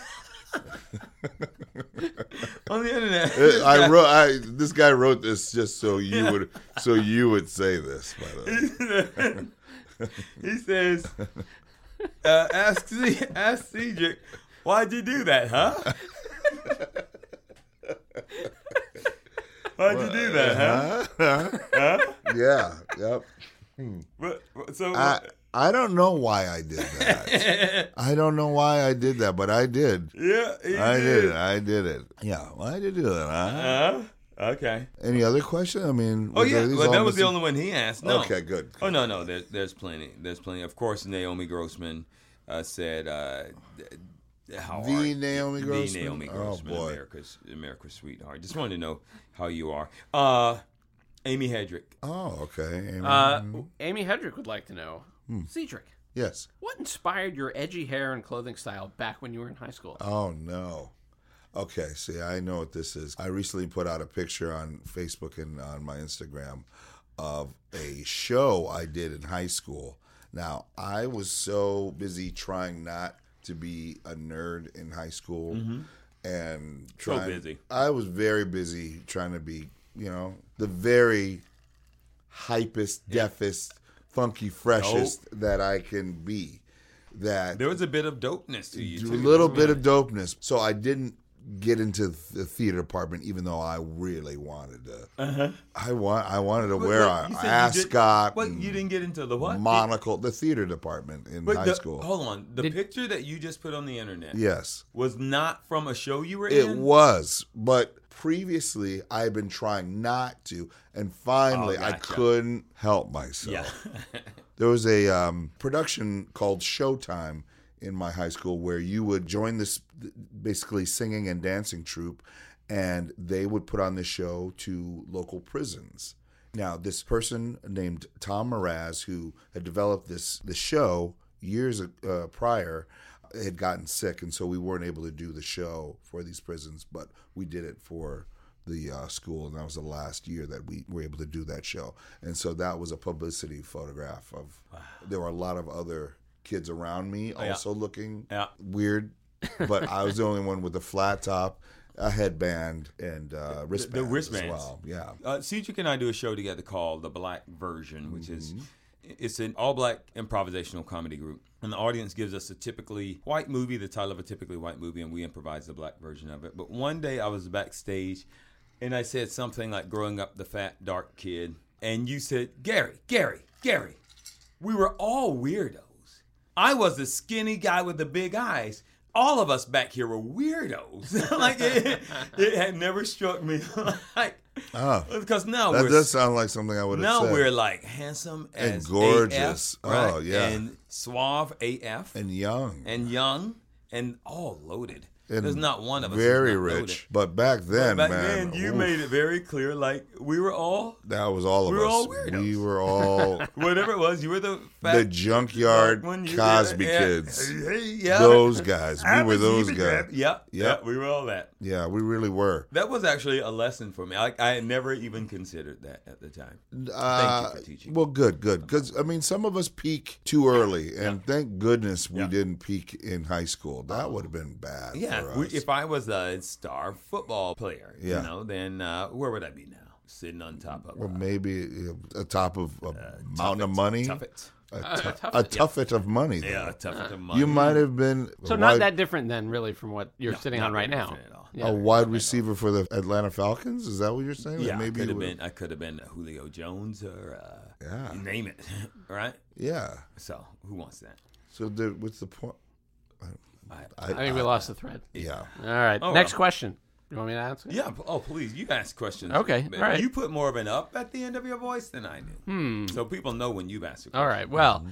Speaker 1: on the internet.
Speaker 3: Uh, I wrote. I this guy wrote this just so you would so you would say this. By the way,
Speaker 1: he says, uh, ask, C- ask Cedric, why'd you do that, huh? why'd you do that, huh?
Speaker 3: Uh-huh. yeah, yep.
Speaker 1: But- but- So,
Speaker 3: I I don't know why I did that. I don't know why I did that, but I did.
Speaker 1: yeah, he
Speaker 3: I
Speaker 1: did.
Speaker 3: did it. I did it. Yeah. Why did you do that? Huh?
Speaker 1: Huh? Okay.
Speaker 3: Any other question? I mean,
Speaker 1: Oh
Speaker 3: was
Speaker 1: yeah,
Speaker 3: these
Speaker 1: well,
Speaker 3: all
Speaker 1: that was the
Speaker 3: missing-
Speaker 1: only one he asked. No.
Speaker 3: Okay, good.
Speaker 1: Oh no, no, there, there's plenty. There's plenty. Of course, Naomi Grossman uh, said, uh, th- "How
Speaker 3: The
Speaker 1: are you?
Speaker 3: Naomi Grossman?
Speaker 1: The Naomi
Speaker 3: Oh,
Speaker 1: Grossman,
Speaker 3: boy.
Speaker 1: America's America's sweetheart. Just wanted to know how you are." Uh, Amy Hedrick.
Speaker 3: Oh, okay. Amy.
Speaker 2: Uh,
Speaker 3: Mm-hmm.
Speaker 2: Amy Hedrick would like to know,
Speaker 3: Hmm.
Speaker 2: Cedric,
Speaker 3: yes.
Speaker 2: what inspired your edgy hair and clothing style back when you were in high school?
Speaker 3: Oh no. Okay, see, I know what this is. I recently put out a picture on Facebook and on my Instagram of a show I did in high school. Now, I was so busy trying not to be a nerd in high school and trying
Speaker 1: Mm-hmm. busy.
Speaker 3: I was very busy trying to be, you know, the very hypest, deafest, funky freshest that I can be. That
Speaker 1: There was a bit of dopeness to you.
Speaker 3: a
Speaker 1: Too.
Speaker 3: little bit of dopeness. So I didn't get into the theater department, even though I really wanted to. I want. I wanted to wear
Speaker 1: Wait,
Speaker 3: a
Speaker 1: Uh-huh. you said you did-
Speaker 3: ascot,
Speaker 1: What
Speaker 3: and
Speaker 1: you didn't get into the what?
Speaker 3: monocle. The theater department in
Speaker 1: But
Speaker 3: high
Speaker 1: the-
Speaker 3: school.
Speaker 1: Hold on. The picture that you just put on the internet
Speaker 3: yes,
Speaker 1: was not from a show you were
Speaker 3: it
Speaker 1: in.
Speaker 3: was. But previously, I had been trying not to, and finally, I
Speaker 1: Oh, gotcha.
Speaker 3: couldn't help myself.
Speaker 1: Yeah.
Speaker 3: There was a um, production called Showtime in my high school where you would join this basically singing and dancing troupe, and they would put on this show to local prisons. Now, this person named Tom Mraz, who had developed this the show years uh, prior, had gotten sick, and so we weren't able to do the show for these prisons, but we did it for the uh, school, and that was the last year that we were able to do that show. And so that was a publicity photograph of. There were a lot of other kids around me also looking
Speaker 1: Oh, Yeah.
Speaker 3: weird, but I was the only one with a flat top, a headband, and uh, wristbands.
Speaker 1: wristbands.
Speaker 3: as well. Yeah.
Speaker 1: Uh, Cedric and I do a show together called The Black Version, which is it's an all-black improvisational comedy group, and the audience gives us a typically white movie, the title of a typically white movie, and we improvise the black version of it. But one day I was backstage, and I said something like "growing up the fat dark kid," and you said, "Gary, Gary, Gary." We were all weirdos. I was the skinny guy with the big eyes. All of us back here were weirdos. like it, it had never struck me like
Speaker 3: Oh.
Speaker 1: because now
Speaker 3: That
Speaker 1: we're
Speaker 3: does sound like something I would have
Speaker 1: now
Speaker 3: said.
Speaker 1: we're like handsome
Speaker 3: And
Speaker 1: as
Speaker 3: gorgeous.
Speaker 1: AF, right?
Speaker 3: Oh, yeah.
Speaker 1: and suave AF and,
Speaker 3: and young,
Speaker 1: young and all loaded.
Speaker 3: And
Speaker 1: There's not one of us who's
Speaker 3: very
Speaker 1: not
Speaker 3: rich.
Speaker 1: loaded.
Speaker 3: But back then,
Speaker 1: Back
Speaker 3: man,
Speaker 1: then, you
Speaker 3: oof,
Speaker 1: made it very clear, like we were all
Speaker 3: that was all of
Speaker 1: we were
Speaker 3: us.
Speaker 1: all weirdos.
Speaker 3: We were all
Speaker 1: whatever it was. You were the fat
Speaker 3: the junkyard
Speaker 1: one, you were the-
Speaker 3: Cosby
Speaker 1: yeah,
Speaker 3: kids.
Speaker 1: Yeah,
Speaker 3: Those guys.
Speaker 1: I
Speaker 3: We were
Speaker 1: was
Speaker 3: those
Speaker 1: even
Speaker 3: guys.
Speaker 1: that. Yeah, yeah,
Speaker 3: Yep.
Speaker 1: we were all that.
Speaker 3: Yeah, we really were.
Speaker 1: That was actually a lesson for me. I, I had never even considered that at the time.
Speaker 3: Uh,
Speaker 1: Thank you for teaching.
Speaker 3: Well, good, good. Because I mean, some of us peak too early, and thank goodness we didn't peak in high school. That would have been bad.
Speaker 1: Uh-huh. Yeah,
Speaker 3: for
Speaker 1: we,
Speaker 3: us.
Speaker 1: if I was a star football player,
Speaker 3: Yeah.
Speaker 1: you know, then uh, where would I be now? Sitting on top of
Speaker 3: or
Speaker 1: a
Speaker 3: maybe uh, atop of a mountain of money,
Speaker 1: tuffet.
Speaker 3: a, tu- a tuffet of money.
Speaker 1: Yeah,
Speaker 3: though.
Speaker 1: a
Speaker 2: Uh,
Speaker 1: tuffet of money.
Speaker 3: you might have been
Speaker 2: So
Speaker 3: a
Speaker 2: not
Speaker 3: wide,
Speaker 2: that different then, really, from what you're sitting on right
Speaker 1: really
Speaker 2: now.
Speaker 1: different at all.
Speaker 2: Yeah.
Speaker 3: a wide receiver for the Atlanta Falcons. Is that what you're saying? That
Speaker 1: yeah,
Speaker 3: maybe
Speaker 1: could
Speaker 3: you
Speaker 1: have
Speaker 3: would've-
Speaker 1: been. I could have been Julio Jones or uh,
Speaker 3: Yeah,
Speaker 1: you name it, right?
Speaker 3: yeah.
Speaker 1: So who wants that?
Speaker 3: So there, what's the point?
Speaker 1: I-
Speaker 2: I think
Speaker 3: Uh,
Speaker 2: we lost the thread.
Speaker 3: Yeah.
Speaker 2: All right.
Speaker 1: Oh,
Speaker 2: Next
Speaker 1: well.
Speaker 2: question. You want me to answer?
Speaker 1: yeah. p- Oh, please, you ask questions.
Speaker 2: Okay,
Speaker 1: But
Speaker 2: all right. Hmm.
Speaker 1: You put more of an up at the end of your voice than I did, so people know when you've asked. a
Speaker 2: All right. Well,
Speaker 3: Mm-hmm.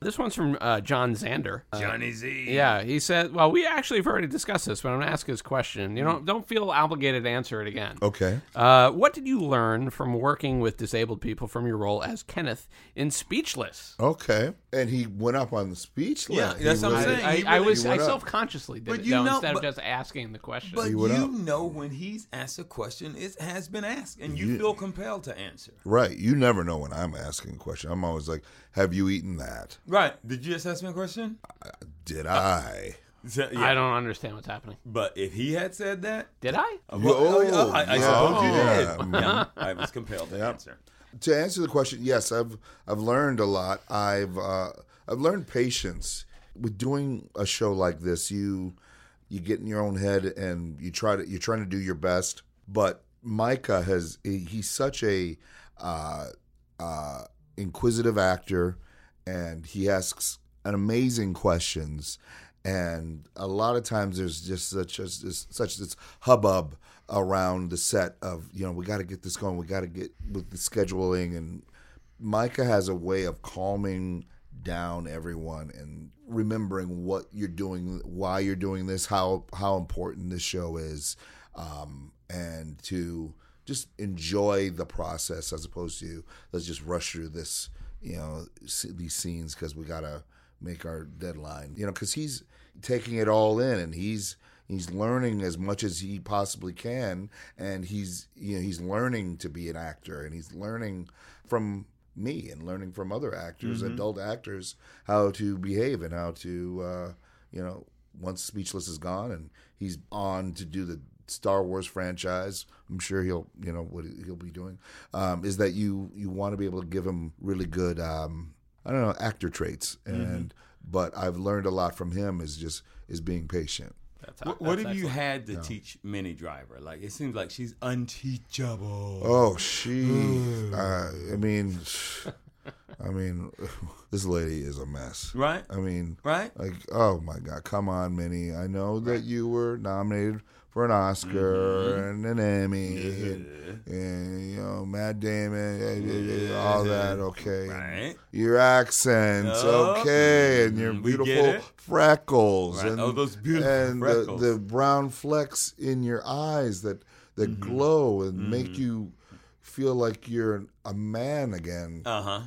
Speaker 2: this one's from uh, John Zander. Uh,
Speaker 1: question. Johnny Z.
Speaker 2: Yeah, he said. Well, we actually have already discussed this, but I'm going to ask his question. You don't don't feel obligated to answer it again.
Speaker 1: Oh.
Speaker 3: Okay.
Speaker 2: Uh, what did you learn from working with disabled people from your role as Kenneth in Speechless?
Speaker 3: Okay. And he went up on the speech
Speaker 1: Yeah,
Speaker 3: list. He
Speaker 1: that's what I'm
Speaker 3: really-
Speaker 1: saying.
Speaker 2: I,
Speaker 1: he
Speaker 2: I
Speaker 1: really-
Speaker 2: was
Speaker 3: he
Speaker 2: I
Speaker 3: went up.
Speaker 2: self consciously did
Speaker 1: But
Speaker 2: it
Speaker 1: you
Speaker 2: though,
Speaker 1: know-
Speaker 2: instead
Speaker 1: but-
Speaker 2: of just asking the question.
Speaker 1: But
Speaker 3: He
Speaker 1: you
Speaker 3: went up.
Speaker 1: know when he's asked a question, it has been asked, and you, feel compelled to answer.
Speaker 3: Right. You never know when I'm asking a question. I'm always like, have you eaten that?
Speaker 1: Right? Did you just ask me a question? Uh,
Speaker 3: Did I?
Speaker 1: So, yeah.
Speaker 2: I don't understand what's happening.
Speaker 1: But if he had said that,
Speaker 2: Did I?
Speaker 1: well,
Speaker 3: Oh,
Speaker 1: oh, I, I
Speaker 3: yeah.
Speaker 1: suppose you
Speaker 3: Yeah. Mm-hmm.
Speaker 1: did. Yeah, I was compelled to answer.
Speaker 3: To answer the question, yes, I've I've learned a lot. I've uh, I've learned patience with doing a show like this. You you get in your own head and you try to you're trying to do your best. But Micah has he- he's such a uh, uh, inquisitive actor, and he asks an amazing questions. And a lot of times there's just such as this, such this hubbub around the set of you know we got to get this going, we got to get with the scheduling, and Micah has a way of calming down everyone and remembering what you're doing, why you're doing this, how how important this show is, um, and to just enjoy the process as opposed to let's just rush through this, you know, s- these scenes because we gotta make our deadline, you know, because he's taking it all in and he's he's learning as much as he possibly can and he's you know he's learning to be an actor and he's learning from me and learning from other actors adult actors how to behave and how to uh, you know once speechless is gone and he's on to do the Star Wars franchise, I'm sure he'll, you know, what he'll be doing, um, is that you you want to be able to give him really good, um, I don't know, actor traits, and but I've learned a lot from him is just is being patient.
Speaker 2: That's
Speaker 1: What, what have you had to teach Minnie Driver? Like it seems like she's unteachable.
Speaker 3: Oh, she. uh, I mean, I mean, this lady is a mess.
Speaker 1: Right?
Speaker 3: I mean,
Speaker 1: Right?
Speaker 3: like, oh my God, come on, Minnie. I know that you were nominated for an Oscar
Speaker 1: Mm-hmm.
Speaker 3: and an Emmy and, and, you know, Matt Damon, eh, eh, eh, all that, okay.
Speaker 1: Right.
Speaker 3: Your accents,
Speaker 1: Oh.
Speaker 3: okay, and your
Speaker 1: Mm, we get
Speaker 3: beautiful
Speaker 1: it.
Speaker 3: freckles.
Speaker 1: Right.
Speaker 3: And,
Speaker 1: Oh, those beautiful
Speaker 3: and
Speaker 1: freckles.
Speaker 3: The, the brown flecks in your eyes that, that
Speaker 1: Mm-hmm.
Speaker 3: glow and make you feel like you're a man again.
Speaker 1: Uh huh.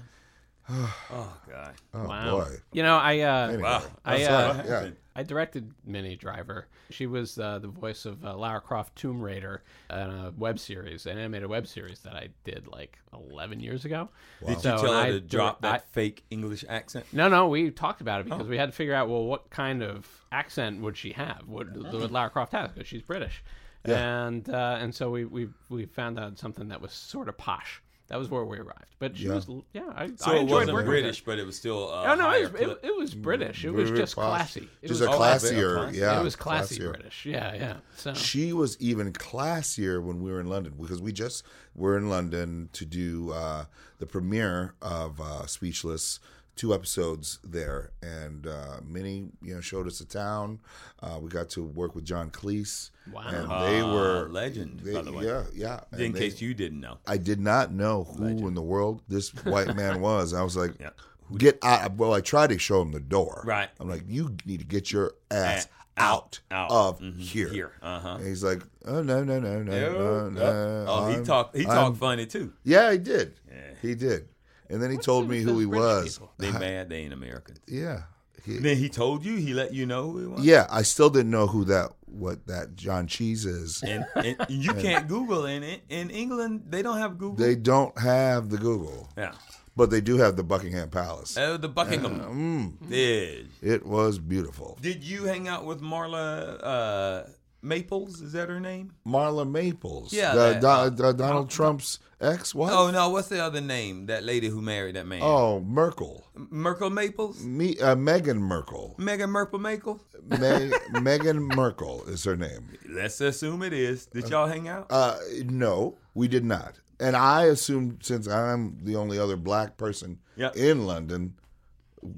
Speaker 1: oh God.
Speaker 3: Oh,
Speaker 2: Wow.
Speaker 3: boy.
Speaker 2: You know, I uh,
Speaker 3: Anyway.
Speaker 1: Wow.
Speaker 2: I,
Speaker 1: That's
Speaker 2: uh,
Speaker 1: what
Speaker 3: yeah.
Speaker 1: happened.
Speaker 2: I directed Minnie Driver. She was uh, the voice of uh, Lara Croft Tomb Raider in a web series, an animated web series that I did like 11 years ago.
Speaker 1: Did you
Speaker 2: So,
Speaker 1: tell
Speaker 2: and
Speaker 1: her
Speaker 2: I
Speaker 1: to
Speaker 2: dir-
Speaker 1: drop that
Speaker 2: I-
Speaker 1: fake English accent?
Speaker 2: No, no, we talked about it
Speaker 3: Oh.
Speaker 2: because we had to figure out well, what kind of accent would she have? Would, would Lara Croft have? Because she's British, and uh, and so we, we we found out something that was sort of posh. That was where we arrived. But she was, yeah, I,
Speaker 1: So
Speaker 2: I
Speaker 1: it wasn't
Speaker 2: enjoyed working with her.
Speaker 1: British, but it was still. Uh,
Speaker 2: Oh no,
Speaker 1: higher
Speaker 2: it was, it,
Speaker 1: poli-
Speaker 2: it was British. It was
Speaker 3: Mm, Very
Speaker 2: just
Speaker 3: posh.
Speaker 2: classy. It
Speaker 3: just
Speaker 2: was
Speaker 3: a
Speaker 1: oh, I bet,
Speaker 3: classier,
Speaker 1: classy.
Speaker 3: yeah.
Speaker 2: It was classy
Speaker 3: classier.
Speaker 2: British. Yeah, yeah. So
Speaker 3: She was even classier when we were in London because we just were in London to do uh, the premiere of uh, Speechless, two episodes there, and uh, Minnie, you know, showed us the town. Uh, we got to work with John Cleese,
Speaker 2: Wow.
Speaker 3: and they
Speaker 1: Ah,
Speaker 3: were
Speaker 1: legend,
Speaker 3: they-
Speaker 1: by the way.
Speaker 3: yeah, yeah. And
Speaker 1: In
Speaker 3: they-
Speaker 1: case you didn't know.
Speaker 3: I did not know who in the world this white man was. I was like,
Speaker 1: Yeah.
Speaker 3: get out. Well, I tried to show him the door.
Speaker 1: Right.
Speaker 3: I'm like, you need to get your ass
Speaker 1: Ah,
Speaker 3: out,
Speaker 1: out.
Speaker 3: of
Speaker 1: Mhm.
Speaker 3: here.
Speaker 1: Here. Uh huh.
Speaker 3: And he's like, oh, no, no, no, no, no, no.
Speaker 1: oh, he
Speaker 3: uh, I'm-
Speaker 1: talked. He
Speaker 3: I'm-"
Speaker 1: talked funny too.
Speaker 3: Yeah, he did.
Speaker 1: Yeah.
Speaker 3: He did. And then he told me
Speaker 2: with
Speaker 3: who
Speaker 2: those
Speaker 3: he
Speaker 2: British
Speaker 3: was.
Speaker 2: people?
Speaker 1: They mad. They ain't American.
Speaker 3: Uh-huh. Yeah. He-
Speaker 1: Then he told you. He let you know who he was.
Speaker 3: yeah, I still didn't know who that, what that John Cheese is.
Speaker 1: And, and you can't Google in it. In England, they don't have Google.
Speaker 3: They don't have the Google,
Speaker 1: yeah.
Speaker 3: but they do have the Buckingham Palace. Mm,
Speaker 1: Oh, the Buckingham. Did
Speaker 3: It was beautiful.
Speaker 1: Did you hang out with Marla uh, Maples? Is that her name?
Speaker 3: Marla Maples.
Speaker 1: Yeah,
Speaker 3: the-
Speaker 1: that- uh,
Speaker 3: Don- the Donald Trump's ex wife.
Speaker 1: Oh
Speaker 3: Oh,
Speaker 1: no, what's the other name? That lady who married that man?
Speaker 3: Merkel.
Speaker 1: Merkel Maples.
Speaker 3: Me, uh, Megan Merkel.
Speaker 1: Megan Merkel Maples.
Speaker 3: Me- Megan Merkel is her name.
Speaker 1: Let's assume it is. Did y'all hang out?
Speaker 3: Uh, no, we did not. And I assumed since I'm the only other black person
Speaker 1: Yeah.
Speaker 3: in London,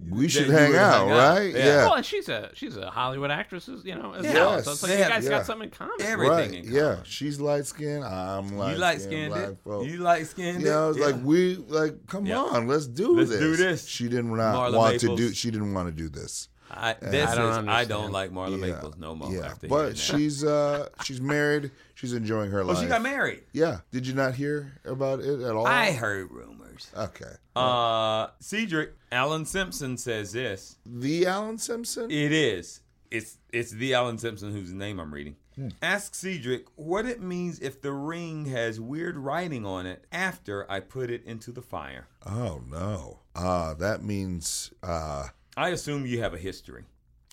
Speaker 3: we should
Speaker 1: you
Speaker 3: hang
Speaker 1: would
Speaker 3: out,
Speaker 1: hang out.
Speaker 3: right?
Speaker 1: Yeah.
Speaker 2: well, and she's a she's a Hollywood actress, as- you know, as
Speaker 1: Yeah.
Speaker 2: well. So it's like
Speaker 1: Yes.
Speaker 2: you guys
Speaker 3: Yeah.
Speaker 2: got something in common.
Speaker 1: Every-
Speaker 3: Right.
Speaker 1: Everything in
Speaker 3: Yeah. She's light skinned. I'm light
Speaker 1: you light skinned it. You light skinned
Speaker 3: Yeah, I
Speaker 1: it.
Speaker 3: was like, we like, come
Speaker 1: Yeah.
Speaker 3: on, let's do
Speaker 1: Let's
Speaker 3: this.
Speaker 1: do this.
Speaker 3: She didn't not
Speaker 1: Marla
Speaker 3: want
Speaker 1: Maples.
Speaker 3: to do. She didn't want to do this.
Speaker 1: I, this
Speaker 2: I
Speaker 1: I,
Speaker 2: don't
Speaker 1: don't I
Speaker 2: understand.
Speaker 1: don't like Marla
Speaker 3: Yeah.
Speaker 1: Maples no more.
Speaker 3: Yeah,
Speaker 1: after hearing
Speaker 3: but
Speaker 1: that.
Speaker 3: she's uh she's married. She's enjoying her
Speaker 1: Oh,
Speaker 3: life.
Speaker 1: she got married.
Speaker 3: Yeah. Did you not hear about it at all?
Speaker 1: I heard rumors.
Speaker 3: okay.
Speaker 1: Uh, Cedric Alan Simpson says this.
Speaker 3: The Alan Simpson.
Speaker 1: It is. It's it's the Alan Simpson whose name I'm reading.
Speaker 3: Hmm.
Speaker 1: Ask Cedric what it means if the ring has weird writing on it after I put it into the fire.
Speaker 3: Oh no. Uh that means uh
Speaker 1: I assume you have a history.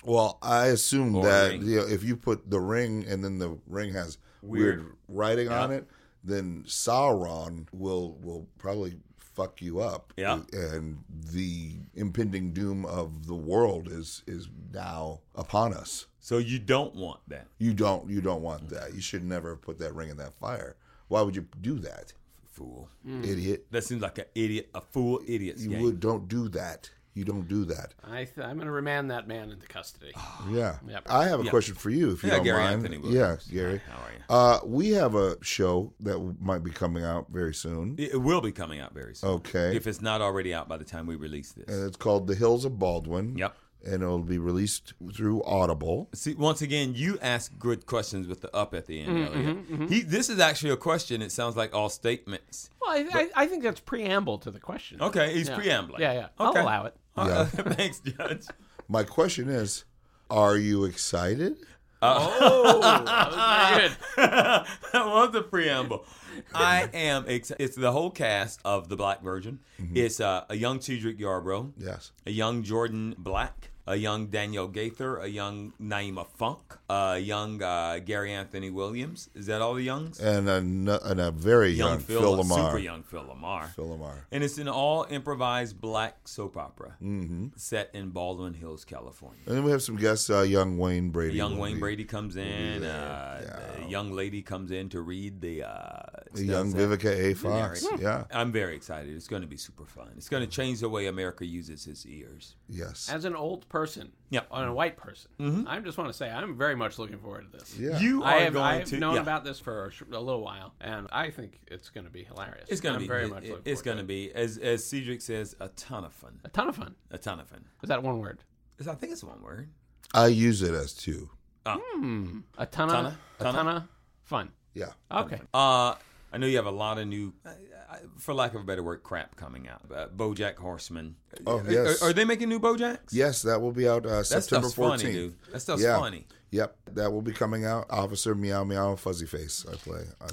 Speaker 3: well, I assume
Speaker 1: Or
Speaker 3: that
Speaker 1: ring.
Speaker 3: you know, if you put the ring and then the ring has weird,
Speaker 1: Weird.
Speaker 3: writing on it, then Sauron will will probably fuck you up.
Speaker 1: Yeah.
Speaker 3: And the impending doom of the world is is now upon us.
Speaker 1: So you don't want that
Speaker 3: You don't you don't
Speaker 1: Mm.
Speaker 3: want that. You should never have put that ring in that fire. Why would you do that,
Speaker 1: fool.
Speaker 3: idiot?
Speaker 1: That seems like an idiot, a fool idiot.
Speaker 3: Hmm. You would don't do that. You don't do that.
Speaker 2: I th- I'm going to remand that man into custody.
Speaker 3: Yeah.
Speaker 2: Yep.
Speaker 3: I have a question for you, if you
Speaker 1: Ah, Yeah,
Speaker 3: don't
Speaker 1: Gary
Speaker 3: mind.
Speaker 1: Anthony
Speaker 3: yeah,
Speaker 1: Williams.
Speaker 3: Gary.
Speaker 1: Hi, how are you?
Speaker 3: Uh, we have a show that w- might be coming out very soon.
Speaker 1: It it will be coming out very soon.
Speaker 3: Okay. Uh,
Speaker 1: If it's not already out by the time we release this.
Speaker 3: and it's called The Hills of Baldwin.
Speaker 1: Yep.
Speaker 3: And it'll be released through Audible.
Speaker 1: See, once again, you ask good questions with the up at the end,
Speaker 2: Mm-hmm,
Speaker 1: Elliot. He, this is actually a question. It sounds like all statements.
Speaker 2: Well, I, I, I think that's preamble to the question.
Speaker 1: Okay, he's
Speaker 2: Yeah.
Speaker 1: preambling.
Speaker 2: Yeah, yeah.
Speaker 1: Okay.
Speaker 2: I'll allow it.
Speaker 1: Uh, thanks, Judge.
Speaker 3: My question is, are you excited?
Speaker 2: Good.
Speaker 1: that was the preamble. I am. Ex- it's the whole cast of the Black Virgin. It's uh, a young Cedric Yarbrough,
Speaker 3: Yes.
Speaker 1: a young Jordan Black, a young Daniel Gaither, a young Naima Funk, a young uh, Gary Anthony Williams. Is that all the youngs?
Speaker 3: And a, n- and a very young,
Speaker 1: young Phil,
Speaker 3: Phil Lamar.
Speaker 1: super young Phil Lamar.
Speaker 3: Phil Lamar.
Speaker 1: And it's an all improvised black soap opera
Speaker 3: Mm-hmm.
Speaker 1: set in Baldwin Hills, California.
Speaker 3: And then we have some guests. Uh, young Wayne Brady.
Speaker 1: Young
Speaker 3: will
Speaker 1: Wayne
Speaker 3: be-
Speaker 1: Brady comes in. Uh, The young lady comes in to read the uh, Netflix.
Speaker 3: The young
Speaker 1: does that.
Speaker 3: Vivica A. Fox.
Speaker 1: narrator.
Speaker 3: Yeah.
Speaker 1: I'm very excited. It's going to be super fun. It's going to change the way America uses his ears.
Speaker 3: Yes.
Speaker 2: As an old person,
Speaker 1: Yep. Mm-hmm.
Speaker 2: and a white person, I just want to say I'm very much looking forward to this.
Speaker 3: Yeah.
Speaker 1: You are
Speaker 2: I have,
Speaker 1: going
Speaker 2: I have
Speaker 1: to
Speaker 2: known
Speaker 1: yeah.
Speaker 2: about this for a, sh- a little while, and I think it's going to be hilarious.
Speaker 1: It's going to
Speaker 2: I'm
Speaker 1: be
Speaker 2: very
Speaker 1: it-
Speaker 2: much.
Speaker 1: it-
Speaker 2: looking
Speaker 1: it's
Speaker 2: forward
Speaker 1: going to be as as Cedric says a ton of fun.
Speaker 2: it. a ton of fun.
Speaker 1: A ton of fun.
Speaker 2: Is that one word?
Speaker 1: It's- I think it's one word.
Speaker 3: I use it as two.
Speaker 2: A ton of
Speaker 1: Tonna?
Speaker 2: a
Speaker 1: Tonna?
Speaker 2: ton of fun.
Speaker 3: Yeah.
Speaker 2: Okay.
Speaker 1: Uh, I know you have a lot of new, I- I- for lack of a better word, crap coming out. Uh, BoJack Horseman.
Speaker 3: Oh,
Speaker 1: Are-
Speaker 3: yes.
Speaker 1: Are, are they making new BoJacks?
Speaker 3: Yes, that will be out uh,
Speaker 1: That
Speaker 3: September
Speaker 1: stuff's funny,
Speaker 3: 14th.
Speaker 1: dude. That stuff's
Speaker 3: Yeah.
Speaker 1: funny.
Speaker 3: Yep, that will be coming out. Officer Meow Meow Fuzzy Face. I play on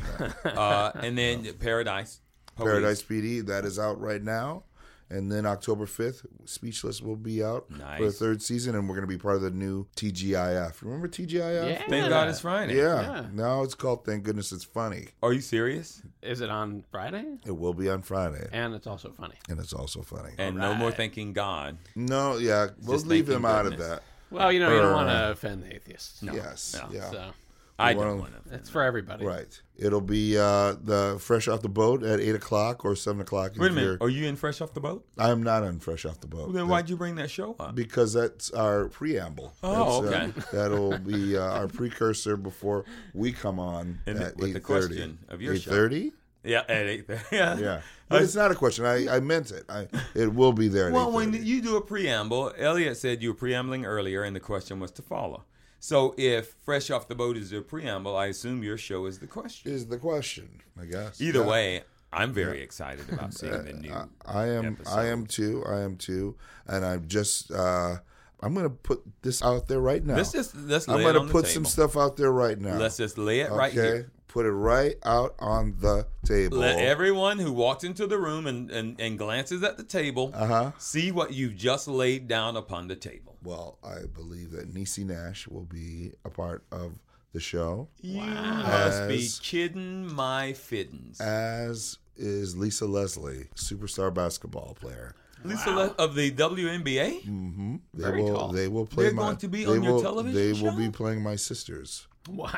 Speaker 3: that.
Speaker 1: Uh, and then Paradise. Police.
Speaker 3: Paradise PD. That is out right now. And then October 5th, Speechless will be out for the
Speaker 1: Nice.
Speaker 3: third season, and we're going to be part of the new TGIF. Remember TGIF?
Speaker 2: Yeah.
Speaker 1: Thank God it's Friday.
Speaker 3: Yeah.
Speaker 2: Yeah.
Speaker 3: Now it's called Thank Goodness It's Funny.
Speaker 1: Are you serious?
Speaker 2: Is it on Friday?
Speaker 3: It will be on Friday,
Speaker 2: And it's also funny.
Speaker 3: and it's also funny.
Speaker 1: And no more thanking God.
Speaker 3: no, yeah, we'll
Speaker 1: just
Speaker 3: leave
Speaker 1: thanking
Speaker 3: them out of
Speaker 1: goodness.
Speaker 3: that.
Speaker 2: Well, you know, you don't
Speaker 3: Uh,
Speaker 2: want to offend the atheists. No.
Speaker 3: Yes.
Speaker 1: no,
Speaker 3: yeah.
Speaker 2: So
Speaker 1: I
Speaker 3: Well,
Speaker 1: don't want to.
Speaker 2: it's for everybody.
Speaker 3: Right. It'll be uh, the fresh off the boat at eight o'clock or seven o'clock.
Speaker 1: Wait a minute. Are you in Fresh Off the Boat?
Speaker 3: I am not on fresh off the boat.
Speaker 1: Well, then
Speaker 3: That-
Speaker 1: why'd you bring that show up?
Speaker 3: because that's our preamble.
Speaker 1: Oh,
Speaker 3: That's, uh, that'll be uh, our precursor before we come on
Speaker 1: And
Speaker 3: at
Speaker 1: with the
Speaker 3: eight thirty.
Speaker 1: question of your show.
Speaker 3: thirty?
Speaker 1: Yeah, at eight thirty. Yeah.
Speaker 3: Yeah, but it's not a question. I, I meant it. I it will be there. At
Speaker 1: Well, when
Speaker 3: 8:30.
Speaker 1: you do a preamble, Elliot said you were preambling earlier, and the question was to follow. So if Fresh Off the Boat is the preamble, I assume your show is the question.
Speaker 3: is the question? I guess.
Speaker 1: Either
Speaker 3: Yeah.
Speaker 1: way, I'm very excited about seeing
Speaker 3: Uh,
Speaker 1: the new.
Speaker 3: I am. I am too. I am too. And I'm just. Uh, I'm gonna put this out there right now.
Speaker 1: Let's just let's lay
Speaker 3: I'm
Speaker 1: it
Speaker 3: gonna
Speaker 1: on the
Speaker 3: put
Speaker 1: table.
Speaker 3: some stuff out there right now.
Speaker 1: Let's just lay it
Speaker 3: okay.
Speaker 1: right here.
Speaker 3: Put it right out on the table.
Speaker 1: Let everyone who walks into the room and, and, and glances at the table
Speaker 3: Uh-huh.
Speaker 1: see what you've just laid down upon the table.
Speaker 3: Well, I believe that Niecy Nash will be a part of the show,
Speaker 1: You must be
Speaker 3: As-
Speaker 1: kidding my fiddins.
Speaker 3: Uh, as is Lisa Leslie, superstar basketball player.
Speaker 1: Lisa Le- of the WNBA?
Speaker 3: Mm. They
Speaker 2: Very
Speaker 3: will.
Speaker 2: tall.
Speaker 3: They will play.
Speaker 1: They're
Speaker 3: my,
Speaker 1: going to be
Speaker 3: they
Speaker 1: on your
Speaker 3: will-
Speaker 1: television
Speaker 3: They will
Speaker 1: show?
Speaker 3: be playing my sisters.
Speaker 2: Wow.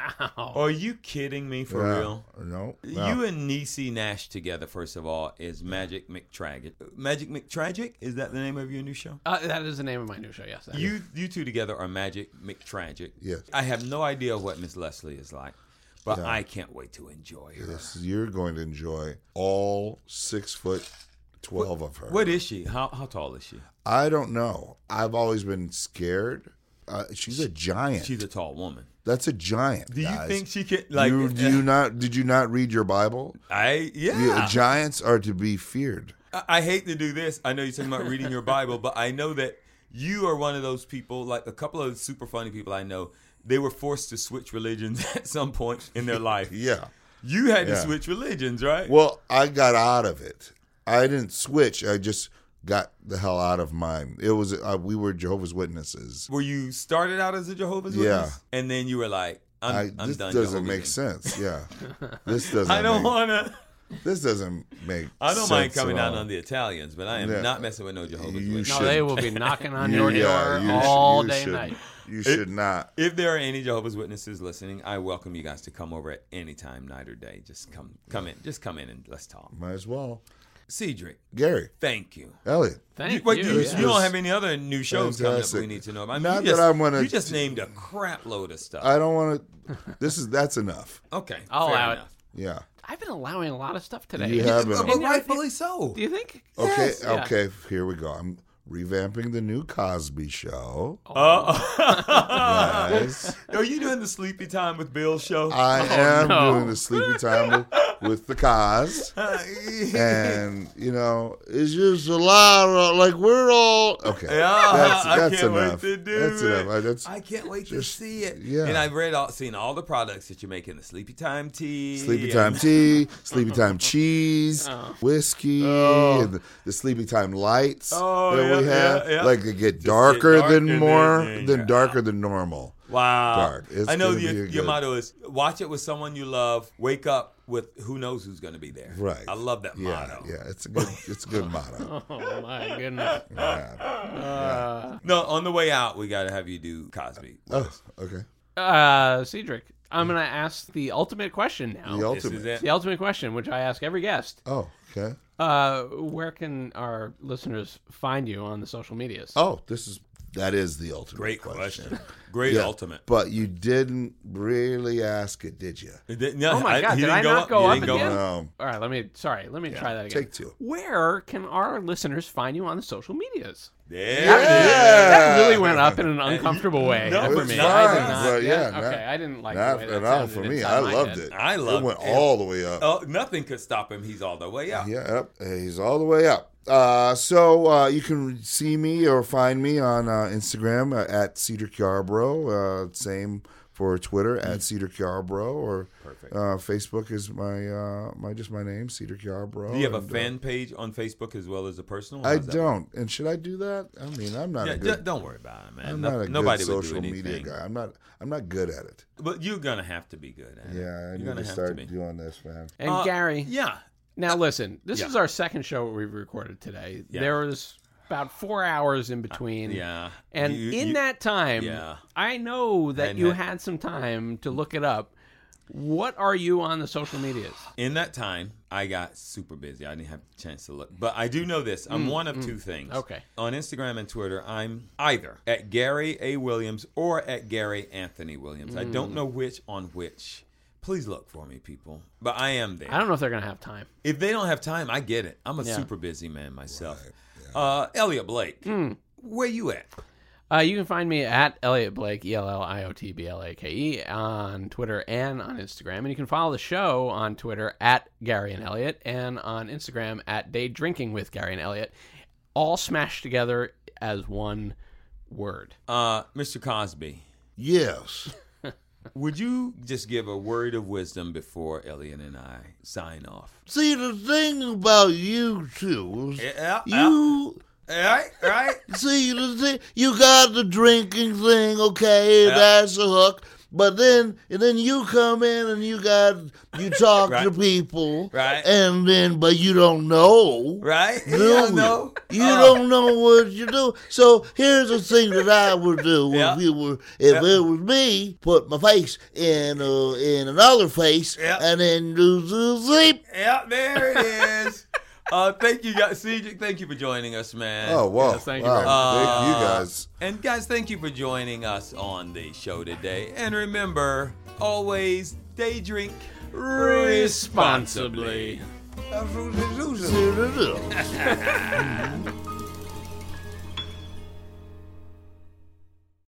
Speaker 1: Are you kidding me for
Speaker 3: Yeah.
Speaker 1: real?
Speaker 3: No.
Speaker 1: You and Niecy Nash together, first of all, is Magic McTragic. Magic McTragic? Is that the name of your new show?
Speaker 2: Uh, that is the name of my new show. Yes. that is.
Speaker 1: You you two together are Magic McTragic.
Speaker 3: Yes.
Speaker 1: I have no idea what Miss Leslie is like, but I can't wait to enjoy her.
Speaker 3: Yes, you're going to enjoy all six foot twelve of her.
Speaker 1: What is she? How how tall is she?
Speaker 3: I don't know. I've always been scared. Uh, she's a giant.
Speaker 1: She's a tall woman.
Speaker 3: That's a giant.
Speaker 1: Do you
Speaker 3: guys.
Speaker 1: think she can like
Speaker 3: you, do you not? Did you not read your Bible?
Speaker 1: I yeah.
Speaker 3: The giants are to be feared.
Speaker 1: I- I hate to do this. I know you're talking about reading your Bible, but I know that you are one of those people, like a couple of super funny people I know, they were forced to switch religions at some point in their life.
Speaker 3: Yeah.
Speaker 1: You had to
Speaker 3: Yeah.
Speaker 1: switch religions, right?
Speaker 3: Well, I got out of it. I didn't switch. I just got the hell out of mine. It was uh, we were Jehovah's Witnesses.
Speaker 1: Were you started out as a Jehovah's
Speaker 3: Yeah.
Speaker 1: Witness? And then you were like, I'm,
Speaker 3: I,
Speaker 1: I'm
Speaker 3: this
Speaker 1: done.
Speaker 3: doesn't
Speaker 1: Jehovah's
Speaker 3: make
Speaker 1: Witness.
Speaker 3: sense. Yeah, this doesn't.
Speaker 1: I don't
Speaker 3: make,
Speaker 1: want to.
Speaker 3: This doesn't make.
Speaker 1: I don't mind coming
Speaker 3: out
Speaker 1: down on the Italians, but I am
Speaker 3: Yeah.
Speaker 1: not messing with no Jehovah's
Speaker 3: You
Speaker 1: Witness.
Speaker 2: no, they
Speaker 3: shouldn't.
Speaker 2: will be knocking on your door all day and night.
Speaker 3: You should not.
Speaker 1: If there are any Jehovah's Witnesses listening, I welcome you guys to come over at any time, night or day. Just come, come in, just come in and let's talk.
Speaker 3: Might as well.
Speaker 1: Cedric,
Speaker 3: Gary,
Speaker 1: thank you.
Speaker 3: Elliot.
Speaker 2: Thank you.
Speaker 1: Wait, you,
Speaker 3: This
Speaker 1: you don't
Speaker 3: was
Speaker 1: have any other new shows coming up
Speaker 3: fantastic.
Speaker 1: we need to know about. I mean,
Speaker 3: Not
Speaker 1: you just,
Speaker 3: that I'm gonna-
Speaker 1: You just named a crap load of stuff.
Speaker 3: I don't want to. This is that's enough.
Speaker 1: okay,
Speaker 2: I'll
Speaker 1: fair
Speaker 2: allow it.
Speaker 1: enough.
Speaker 3: Yeah.
Speaker 2: I've been allowing a lot of stuff today.
Speaker 3: You have
Speaker 1: But,
Speaker 3: been.
Speaker 1: but rightfully so.
Speaker 2: Do you think?
Speaker 3: Okay.
Speaker 1: Yes.
Speaker 2: Yeah.
Speaker 3: Okay. Here we go. I'm revamping the new Cosby Show.
Speaker 1: Oh.
Speaker 3: Guys.
Speaker 1: Are you doing the sleepy time with Bill show?
Speaker 3: I am
Speaker 2: no.
Speaker 3: doing the sleepy time with, with the cause, and you know, it's just a lot of like we're all okay.
Speaker 1: Yeah,
Speaker 3: that's,
Speaker 1: I
Speaker 3: that's
Speaker 1: can't wait
Speaker 3: enough.
Speaker 1: to do
Speaker 3: that's
Speaker 1: it.
Speaker 3: enough. I- That's
Speaker 1: I can't wait
Speaker 3: Just-
Speaker 1: to see it.
Speaker 3: yeah.
Speaker 1: And I've read all, seen all the products that you're making: the sleepy time tea,
Speaker 3: sleepy
Speaker 1: and-
Speaker 3: time tea, sleepy time cheese,
Speaker 1: Uh.
Speaker 3: whiskey, and the, the sleepy time lights
Speaker 1: Oh,
Speaker 3: that we
Speaker 1: yeah,
Speaker 3: have.
Speaker 1: yeah, yeah.
Speaker 3: Like they get darker
Speaker 1: darker
Speaker 3: than
Speaker 1: than-
Speaker 3: more
Speaker 1: yeah,
Speaker 3: than
Speaker 1: yeah.
Speaker 3: darker than normal.
Speaker 1: Wow.
Speaker 3: Dark. It's
Speaker 1: I know
Speaker 3: gonna
Speaker 1: your,
Speaker 3: be a
Speaker 1: your
Speaker 3: good-
Speaker 1: motto is watch it with someone you love, wake up with who knows who's going to be there.
Speaker 3: Right.
Speaker 1: I love that
Speaker 3: Yeah,
Speaker 1: motto.
Speaker 3: yeah. It's a good. It's a good motto.
Speaker 2: Oh my goodness. Uh,
Speaker 3: Yeah.
Speaker 1: No, on the way out, we got to have you do Cosby.
Speaker 3: Oh, okay.
Speaker 2: Uh, Cedric, I'm going to ask the ultimate question now.
Speaker 3: The
Speaker 1: This is
Speaker 3: ultimate.
Speaker 1: it.
Speaker 2: the ultimate question, which I ask every guest.
Speaker 3: Oh, okay.
Speaker 2: Uh, where can our listeners find you on the social medias?
Speaker 3: Oh, this is that is the ultimate.
Speaker 1: Great question. Great
Speaker 3: Yeah,
Speaker 1: ultimate.
Speaker 3: But you didn't really ask it, did you?
Speaker 1: No,
Speaker 2: Oh my
Speaker 1: I-
Speaker 2: God,
Speaker 1: he
Speaker 2: did
Speaker 1: didn't
Speaker 2: I not go
Speaker 1: He
Speaker 2: up
Speaker 1: didn't
Speaker 2: again?
Speaker 3: No.
Speaker 2: All right, let me. Sorry, let me try that again.
Speaker 3: Take two.
Speaker 2: Where can our listeners find you on the social medias?
Speaker 1: There it is.
Speaker 2: That really went up in an uncomfortable way
Speaker 1: No,
Speaker 2: for
Speaker 1: it's
Speaker 2: me.
Speaker 1: fine,
Speaker 2: I did not-
Speaker 3: but yeah,
Speaker 2: okay,
Speaker 3: not-
Speaker 2: I didn't like
Speaker 3: Not
Speaker 2: the way
Speaker 3: at
Speaker 2: that
Speaker 3: all
Speaker 2: sounded
Speaker 3: for me.
Speaker 2: inside
Speaker 3: I
Speaker 2: my
Speaker 3: loved
Speaker 2: head.
Speaker 3: it.
Speaker 1: I
Speaker 3: it.
Speaker 1: loved
Speaker 3: went
Speaker 1: it.
Speaker 3: all the way up.
Speaker 1: Oh, nothing could stop him. He's all the way up.
Speaker 3: Yeah, up. he's all the way up. Uh, so uh, you can see me or find me on uh, Instagram uh, at Cedar Carbro. Uh, same for Twitter at Cedar Carbro or
Speaker 1: Mm-hmm. Perfect.
Speaker 3: uh, Facebook is my uh, my just my name Cedar Carbro.
Speaker 1: Do you have a
Speaker 3: and, uh,
Speaker 1: fan page on Facebook as well as a personal?
Speaker 3: I
Speaker 1: How's that?
Speaker 3: don't. And should I do that? I mean, I'm not
Speaker 1: Yeah,
Speaker 3: a
Speaker 1: d-
Speaker 3: good.
Speaker 1: don't worry about it, man.
Speaker 3: I'm
Speaker 1: No-
Speaker 3: not a
Speaker 1: nobody
Speaker 3: good
Speaker 1: would do
Speaker 3: social
Speaker 1: anything.
Speaker 3: media guy. I'm not. I'm not good at it.
Speaker 1: But you're gonna have to be good at it.
Speaker 3: Yeah, I
Speaker 1: you're
Speaker 3: need
Speaker 1: gonna
Speaker 3: to
Speaker 1: have
Speaker 3: start
Speaker 1: to be.
Speaker 3: doing this, man.
Speaker 2: And
Speaker 1: Uh,
Speaker 2: Gary,
Speaker 1: Yeah,
Speaker 2: now listen. This
Speaker 1: yeah.
Speaker 2: is our second show we've recorded today. There was about four hours in between.
Speaker 1: yeah.
Speaker 2: And
Speaker 1: You-
Speaker 2: in
Speaker 1: you-
Speaker 2: that time,
Speaker 1: Yeah.
Speaker 2: I know that
Speaker 1: And
Speaker 2: you
Speaker 1: that-
Speaker 2: had some time to look it up. What are you on the social medias?
Speaker 1: in that time, I got super busy. I didn't have a chance to look, but I do know this. I'm one of two things.
Speaker 2: Mm, Okay.
Speaker 1: On Instagram and Twitter, I'm either at Gary A Williams or at Gary Anthony Williams. I
Speaker 2: Mm.
Speaker 1: don't know which on which. Please look for me, people. But I am there.
Speaker 2: I don't know if they're going to have time.
Speaker 1: if they don't have time, I get it. I'm a
Speaker 2: Yeah.
Speaker 1: super busy man myself. Uh, Elliot Blake,
Speaker 2: Hmm.
Speaker 1: where you at?
Speaker 2: Uh, you can find me at Elliot Blake, E L L I O T B L A K E, on Twitter and on Instagram. And you can follow the show on Twitter at Gary and Elliot and on Instagram at Day Drinking with Gary and Elliot, all smashed together as one word.
Speaker 1: Uh, Mr. Cosby,
Speaker 3: Yes.
Speaker 1: would you just give a word of wisdom before Elliot and I sign off?
Speaker 3: See, the thing about you two, is
Speaker 1: Yeah,
Speaker 3: you
Speaker 1: right, right.
Speaker 3: see the thing, you got the drinking thing, okay,
Speaker 1: Yeah.
Speaker 3: that's a hook. But then, and then you come in and you got you talk
Speaker 1: Right.
Speaker 3: to people,
Speaker 1: Right.
Speaker 3: And then, but you don't know,
Speaker 1: Right?
Speaker 3: do
Speaker 1: You don't
Speaker 3: you?
Speaker 1: know.
Speaker 3: You
Speaker 1: Uh,
Speaker 3: don't know what you do. So here's the thing that I would do
Speaker 1: Yeah.
Speaker 3: if it were if
Speaker 1: Yeah.
Speaker 3: it was me, put my face in uh, in another face,
Speaker 1: Yeah.
Speaker 3: and then do the sleep.
Speaker 1: Yeah, there it is. uh, thank you, guys. CJ, thank you for joining us, man.
Speaker 4: Oh, whoa.
Speaker 2: Yes, thank you
Speaker 4: wow.
Speaker 2: very much.
Speaker 4: Thank you guys.
Speaker 1: And guys, thank you for joining us on the show today. And remember, always day drink responsibly.
Speaker 3: Do, do, do.